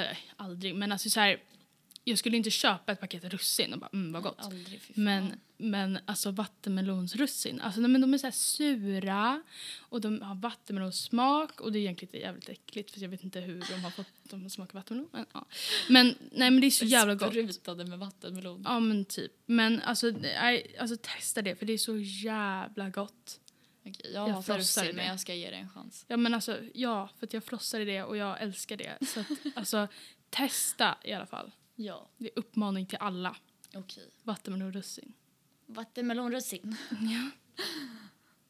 [SPEAKER 2] eh, aldrig, men alltså så här, jag skulle inte köpa ett paket russin och bara mm vad gott.
[SPEAKER 1] Aldrig, fy fan.
[SPEAKER 2] Men, men alltså vattenmelonsrussin, alltså nej, men de är så här sura och de har vattenmelonsmak och det är egentligen jävligt äckligt för jag vet inte hur de har fått dem att smaka vattenmelon. Men, ja. men nej men det är så jävla gott.
[SPEAKER 1] Sprutade med vattenmelon.
[SPEAKER 2] Ja men typ. Men alltså, nej, alltså testa det för det är så jävla gott.
[SPEAKER 1] Okej, jag,
[SPEAKER 2] Jag
[SPEAKER 1] hatar
[SPEAKER 2] frossar i
[SPEAKER 1] russin men
[SPEAKER 2] det.
[SPEAKER 1] jag ska ge det en chans.
[SPEAKER 2] Ja men alltså, ja för att jag frossar i det och jag älskar det. Så att, alltså testa i alla fall.
[SPEAKER 1] Ja.
[SPEAKER 2] Det är uppmaning till alla.
[SPEAKER 1] Okej.
[SPEAKER 2] Vattenmelon och russin.
[SPEAKER 1] Vattenmelonrussin. Ja.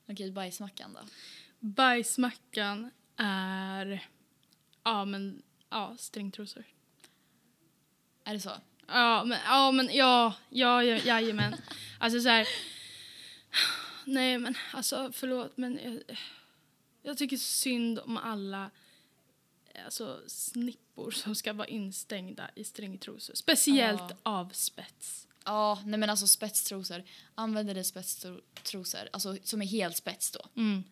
[SPEAKER 1] Okej, bajsmackan då.
[SPEAKER 2] Bajsmackan är, ja men, ja stringtrosor.
[SPEAKER 1] Är det så?
[SPEAKER 2] Ja, men ja, men, ja, ja, ja jajamän. Alltså så här... Nej, men alltså förlåt, men jag, jag tycker synd om alla alltså, snippor som ska vara instängda i stringtrosor. Speciellt
[SPEAKER 1] Ja.
[SPEAKER 2] av spets.
[SPEAKER 1] Ja, nej men alltså spetstrosor. Använder det spetstrosor, alltså som är helt spets då.
[SPEAKER 2] Mm.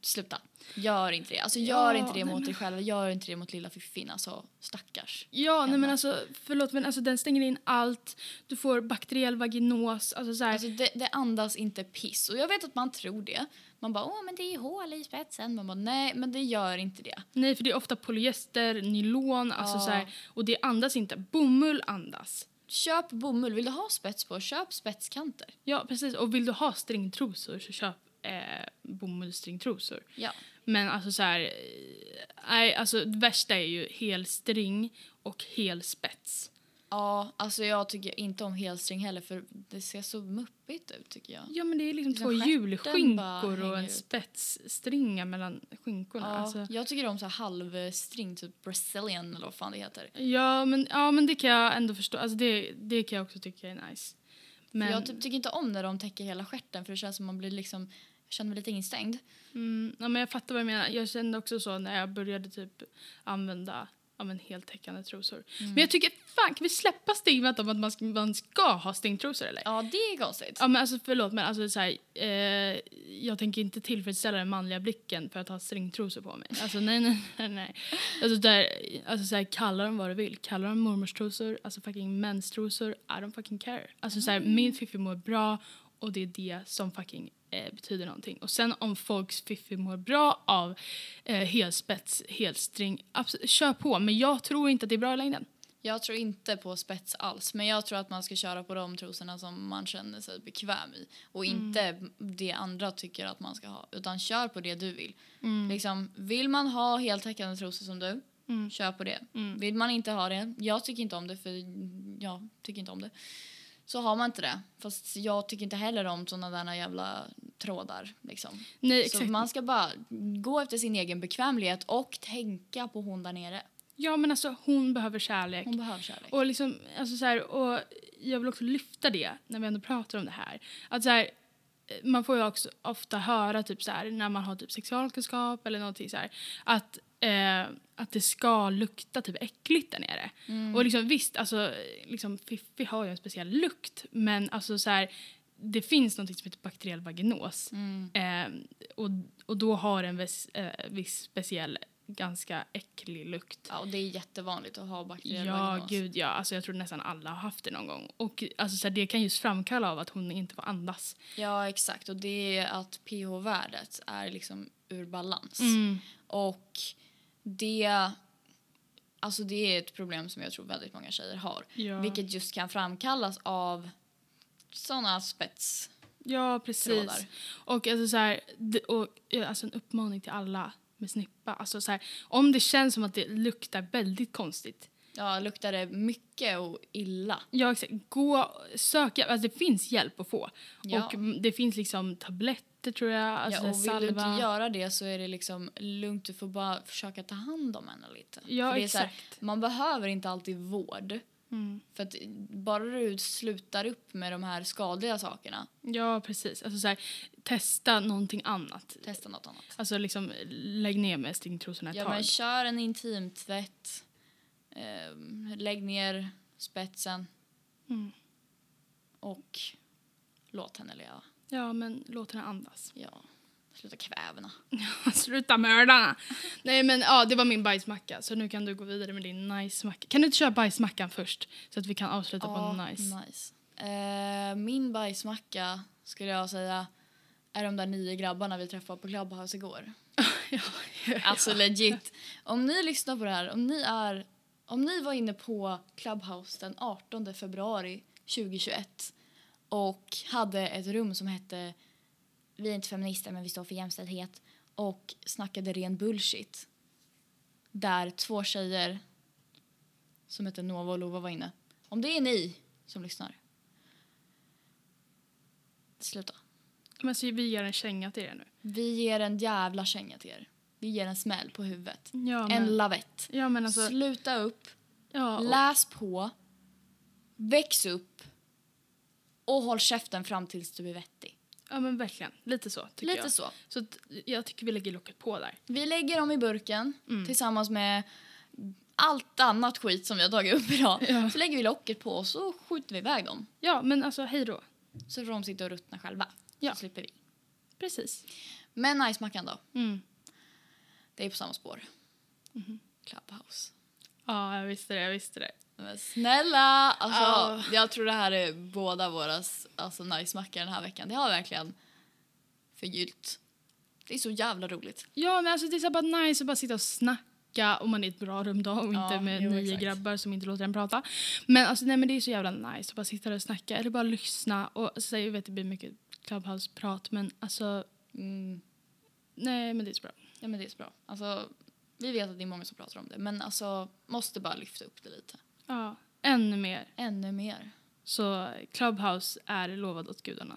[SPEAKER 1] Sluta. Gör inte det. Alltså gör
[SPEAKER 2] Ja,
[SPEAKER 1] inte det mot
[SPEAKER 2] nej, men-
[SPEAKER 1] dig själv. Gör inte det mot lilla fiffin. Alltså stackars.
[SPEAKER 2] Ja, nej, men
[SPEAKER 1] Jävlar.
[SPEAKER 2] alltså förlåt, men alltså den stänger in allt. Du får bakteriell vaginos, alltså så här.
[SPEAKER 1] Alltså det, det andas inte piss. Och jag vet att man tror det. Man bara, åh men det är hål i spetsen. Man bara, nej men det gör inte det.
[SPEAKER 2] Nej, för det är ofta polyester, nylon, alltså
[SPEAKER 1] Ja.
[SPEAKER 2] så här, och det andas inte. Bomull andas.
[SPEAKER 1] Köp bomull. Vill du ha spets på, köp spetskanter.
[SPEAKER 2] Ja, precis. Och vill du ha stringtrosor så köp eh, bomullsstringtrosor.
[SPEAKER 1] Ja.
[SPEAKER 2] Men alltså så här, eh, nej, alltså det värsta är ju hel string och hel spets.
[SPEAKER 1] Ja, alltså jag tycker inte om helstring heller för det ser så muppigt ut tycker jag.
[SPEAKER 2] Ja, men det är liksom
[SPEAKER 1] Liksom
[SPEAKER 2] två
[SPEAKER 1] stjärten bara
[SPEAKER 2] julskinkor
[SPEAKER 1] hänger
[SPEAKER 2] och en
[SPEAKER 1] ut.
[SPEAKER 2] spetsstringa mellan
[SPEAKER 1] Ja,
[SPEAKER 2] skinkorna. Alltså,
[SPEAKER 1] Jag tycker om så här halvstring, typ brazilian eller vad fan det heter.
[SPEAKER 2] ja, men, ja, men det kan jag ändå förstå. Alltså det, det kan jag också tycka är nice. Men,
[SPEAKER 1] För jag typ tycker inte om när de täcker hela stjärten för det känns som man blir liksom, jag känner mig lite instängd.
[SPEAKER 2] Mm, ja, men jag fattar vad du menar. Jag kände också så när jag började typ använda ja, men heltäckande trosor. Men jag tycker, fan kan vi släppa stigmat om att man ska, man ska ha stringtrosor eller? Ja.
[SPEAKER 1] Ja, det är konstigt.
[SPEAKER 2] men alltså förlåt men alltså så här, eh, jag tänker inte tillfredsställa den manliga blicken för att ha stringtrosor på mig. Alltså nej nej nej nej. Alltså, där, alltså så här, kalla dem vad du vill. Kalla dem mormorstrosor, alltså fucking menstrosor, I don't fucking care. Alltså så
[SPEAKER 1] Mm.
[SPEAKER 2] här, min fiffi mår bra och det är det som fucking eh, betyder någonting. Och sen om folks fiffi mår bra av eh, helspets, helstring, abs- kör på. Men jag tror inte att det är bra i längden.
[SPEAKER 1] Jag tror inte på spets alls men jag tror att man ska köra på de trosorna som man känner sig bekväm i och
[SPEAKER 2] Mm.
[SPEAKER 1] inte det andra tycker att man ska ha utan kör på det du vill. Liksom, vill man ha heltäckande trosor som du,
[SPEAKER 2] Mm.
[SPEAKER 1] Kör på det.
[SPEAKER 2] Mm.
[SPEAKER 1] Vill man inte ha det, jag tycker inte om det för jag tycker inte om det. Så har man inte det. Fast jag tycker inte heller om sådana där jävla trådar. Liksom.
[SPEAKER 2] Nej,
[SPEAKER 1] Så
[SPEAKER 2] exakt.
[SPEAKER 1] man ska bara gå efter sin egen bekvämlighet och tänka på hon där nere.
[SPEAKER 2] Ja, men alltså hon behöver kärlek.
[SPEAKER 1] Hon behöver kärlek.
[SPEAKER 2] Och, liksom, alltså så här, och jag vill också lyfta det när vi ändå pratar om det här. Att så här eh, man får ju också ofta höra typ så här, när man har typ sexualkunskap eller någonting så här, att, eh, att det ska lukta typ äckligt där nere.
[SPEAKER 1] Mm.
[SPEAKER 2] Och liksom, visst, alltså, eh, liksom, fiffi har ju en speciell lukt men alltså så här, det finns något som heter bakteriell vaginos
[SPEAKER 1] Mm.
[SPEAKER 2] eh, och, och då har den viss, eh, viss speciell ganska äcklig lukt.
[SPEAKER 1] Ja, och det är jättevanligt att ha bakteriell
[SPEAKER 2] Ja,
[SPEAKER 1] vaginos.
[SPEAKER 2] gud ja. Alltså, jag tror nästan alla har haft det någon gång. Och alltså, så här, det kan just framkalla av att hon inte får andas.
[SPEAKER 1] Ja, exakt. Och det är att pH-värdet är liksom ur balans.
[SPEAKER 2] Mm.
[SPEAKER 1] Och det... Alltså det är ett problem som jag tror väldigt många tjejer har.
[SPEAKER 2] Ja.
[SPEAKER 1] Vilket just kan framkallas av såna spets.
[SPEAKER 2] ja, precis.
[SPEAKER 1] Trådar.
[SPEAKER 2] Och, alltså, så här, d- och ja, alltså, en uppmaning till alla med snippa. Alltså, så här, om det känns som att det luktar väldigt konstigt.
[SPEAKER 1] Ja, luktar det mycket och illa.
[SPEAKER 2] Ja, exakt. Gå, sök hjälp. Alltså, det finns hjälp att få.
[SPEAKER 1] Ja.
[SPEAKER 2] Och mm, det finns liksom tabletter tror jag. Alltså,
[SPEAKER 1] ja, och vill
[SPEAKER 2] salva.
[SPEAKER 1] du inte göra det så är det liksom lugnt. Du får bara försöka ta hand om henne lite.
[SPEAKER 2] Ja,
[SPEAKER 1] För det är så här,
[SPEAKER 2] exakt.
[SPEAKER 1] man behöver inte alltid vård.
[SPEAKER 2] Mm.
[SPEAKER 1] För att bara du slutar upp med de här skadliga sakerna,
[SPEAKER 2] Ja, precis. Alltså, så här, testa någonting annat.
[SPEAKER 1] testa något annat.
[SPEAKER 2] Alltså liksom lägg ner med stingtrosorna ett
[SPEAKER 1] Ja,
[SPEAKER 2] tag.
[SPEAKER 1] men kör en intimtvätt. Ehm, lägg ner spetsen
[SPEAKER 2] Mm.
[SPEAKER 1] och låt henne leva.
[SPEAKER 2] Ja, men låt henne andas.
[SPEAKER 1] Ja, sluta kvävna.
[SPEAKER 2] Sluta mördarna! Nej, men ja, det var min bajsmacka. Så nu kan du gå vidare med din nice-macka. Kan du inte köra bajsmackan först? Så att vi kan avsluta på nice.
[SPEAKER 1] nice. Ehm, min bajsmacka skulle jag säga är de där nio grabbarna vi träffade på Clubhouse igår.
[SPEAKER 2] ja.
[SPEAKER 1] Alltså legit. Om ni lyssnar på det här, om ni är om ni var inne på Clubhouse den 18 februari 2021 och hade ett rum som hette Vi är inte feminister men vi står för jämställdhet och snackade ren bullshit där två tjejer som hette Nova och Lova var inne. Om det är ni som lyssnar. Sluta.
[SPEAKER 2] Men så vi gör en känga till er nu.
[SPEAKER 1] Vi ger en jävla känga till er. Vi ger en smäll på huvudet.
[SPEAKER 2] Ja,
[SPEAKER 1] En
[SPEAKER 2] men,
[SPEAKER 1] lavett.
[SPEAKER 2] ja, men alltså...
[SPEAKER 1] Sluta upp,
[SPEAKER 2] Ja, och,
[SPEAKER 1] läs på, väx upp och håll käften fram tills du blir vettig.
[SPEAKER 2] ja, men verkligen. Lite så, tycker
[SPEAKER 1] Lite
[SPEAKER 2] jag.
[SPEAKER 1] så.
[SPEAKER 2] Så att jag tycker vi lägger locket på där.
[SPEAKER 1] Vi lägger dem i burken
[SPEAKER 2] Mm.
[SPEAKER 1] tillsammans med allt annat skit som vi har tagit upp idag.
[SPEAKER 2] Ja.
[SPEAKER 1] Så lägger vi locket på och så skjuter vi iväg dem.
[SPEAKER 2] Ja, men alltså hej då.
[SPEAKER 1] Så får de sitta och ruttna själva.
[SPEAKER 2] Ja.
[SPEAKER 1] Så slipper vi.
[SPEAKER 2] Precis.
[SPEAKER 1] Men najsmackan då,
[SPEAKER 2] Mm.
[SPEAKER 1] det är på samma spår. Clubhouse.
[SPEAKER 2] Ja, jag visste det, jag visste det.
[SPEAKER 1] Men snälla! Alltså,
[SPEAKER 2] Ja.
[SPEAKER 1] Jag tror det här är båda våras alltså, nice-mackor den här veckan. Det har verkligen förgyllt. Det är så jävla roligt.
[SPEAKER 2] Ja, men alltså det är så här bara nice att bara sitta och snacka om man är i ett bra rum då och
[SPEAKER 1] Ja,
[SPEAKER 2] inte med
[SPEAKER 1] jo,
[SPEAKER 2] nio
[SPEAKER 1] exakt.
[SPEAKER 2] grabbar som inte låter en prata. Men alltså nej men det är så jävla nice att bara sitta där och snacka eller bara lyssna och så här, jag vet det blir mycket Clubhouse-prat men alltså
[SPEAKER 1] Mm.
[SPEAKER 2] nej men det är så bra.
[SPEAKER 1] Ja, men det är så bra. Alltså, vi vet att det är många som pratar om det, men alltså, måste bara lyfta upp det lite.
[SPEAKER 2] Ja, ännu mer.
[SPEAKER 1] Ännu mer.
[SPEAKER 2] Så Clubhouse är lovad åt gudarna.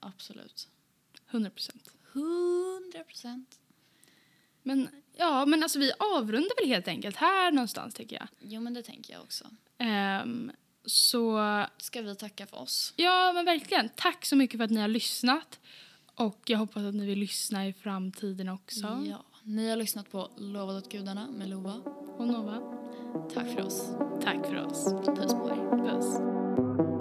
[SPEAKER 1] Absolut.
[SPEAKER 2] 100 procent.
[SPEAKER 1] Hundra procent.
[SPEAKER 2] Men ja, men alltså vi avrundar väl helt enkelt här någonstans tycker jag.
[SPEAKER 1] Jo, men det tänker jag också.
[SPEAKER 2] Ehm, så
[SPEAKER 1] Ska vi tacka för oss?
[SPEAKER 2] Ja, men verkligen. Tack så mycket för att ni har lyssnat. Och jag hoppas att ni vill lyssna i framtiden också.
[SPEAKER 1] Ja. Ni har lyssnat på Lovad åt gudarna med Lova.
[SPEAKER 2] Och Nova,
[SPEAKER 1] Tack för oss.
[SPEAKER 2] tack för oss.
[SPEAKER 1] Puss på er.
[SPEAKER 2] Puss.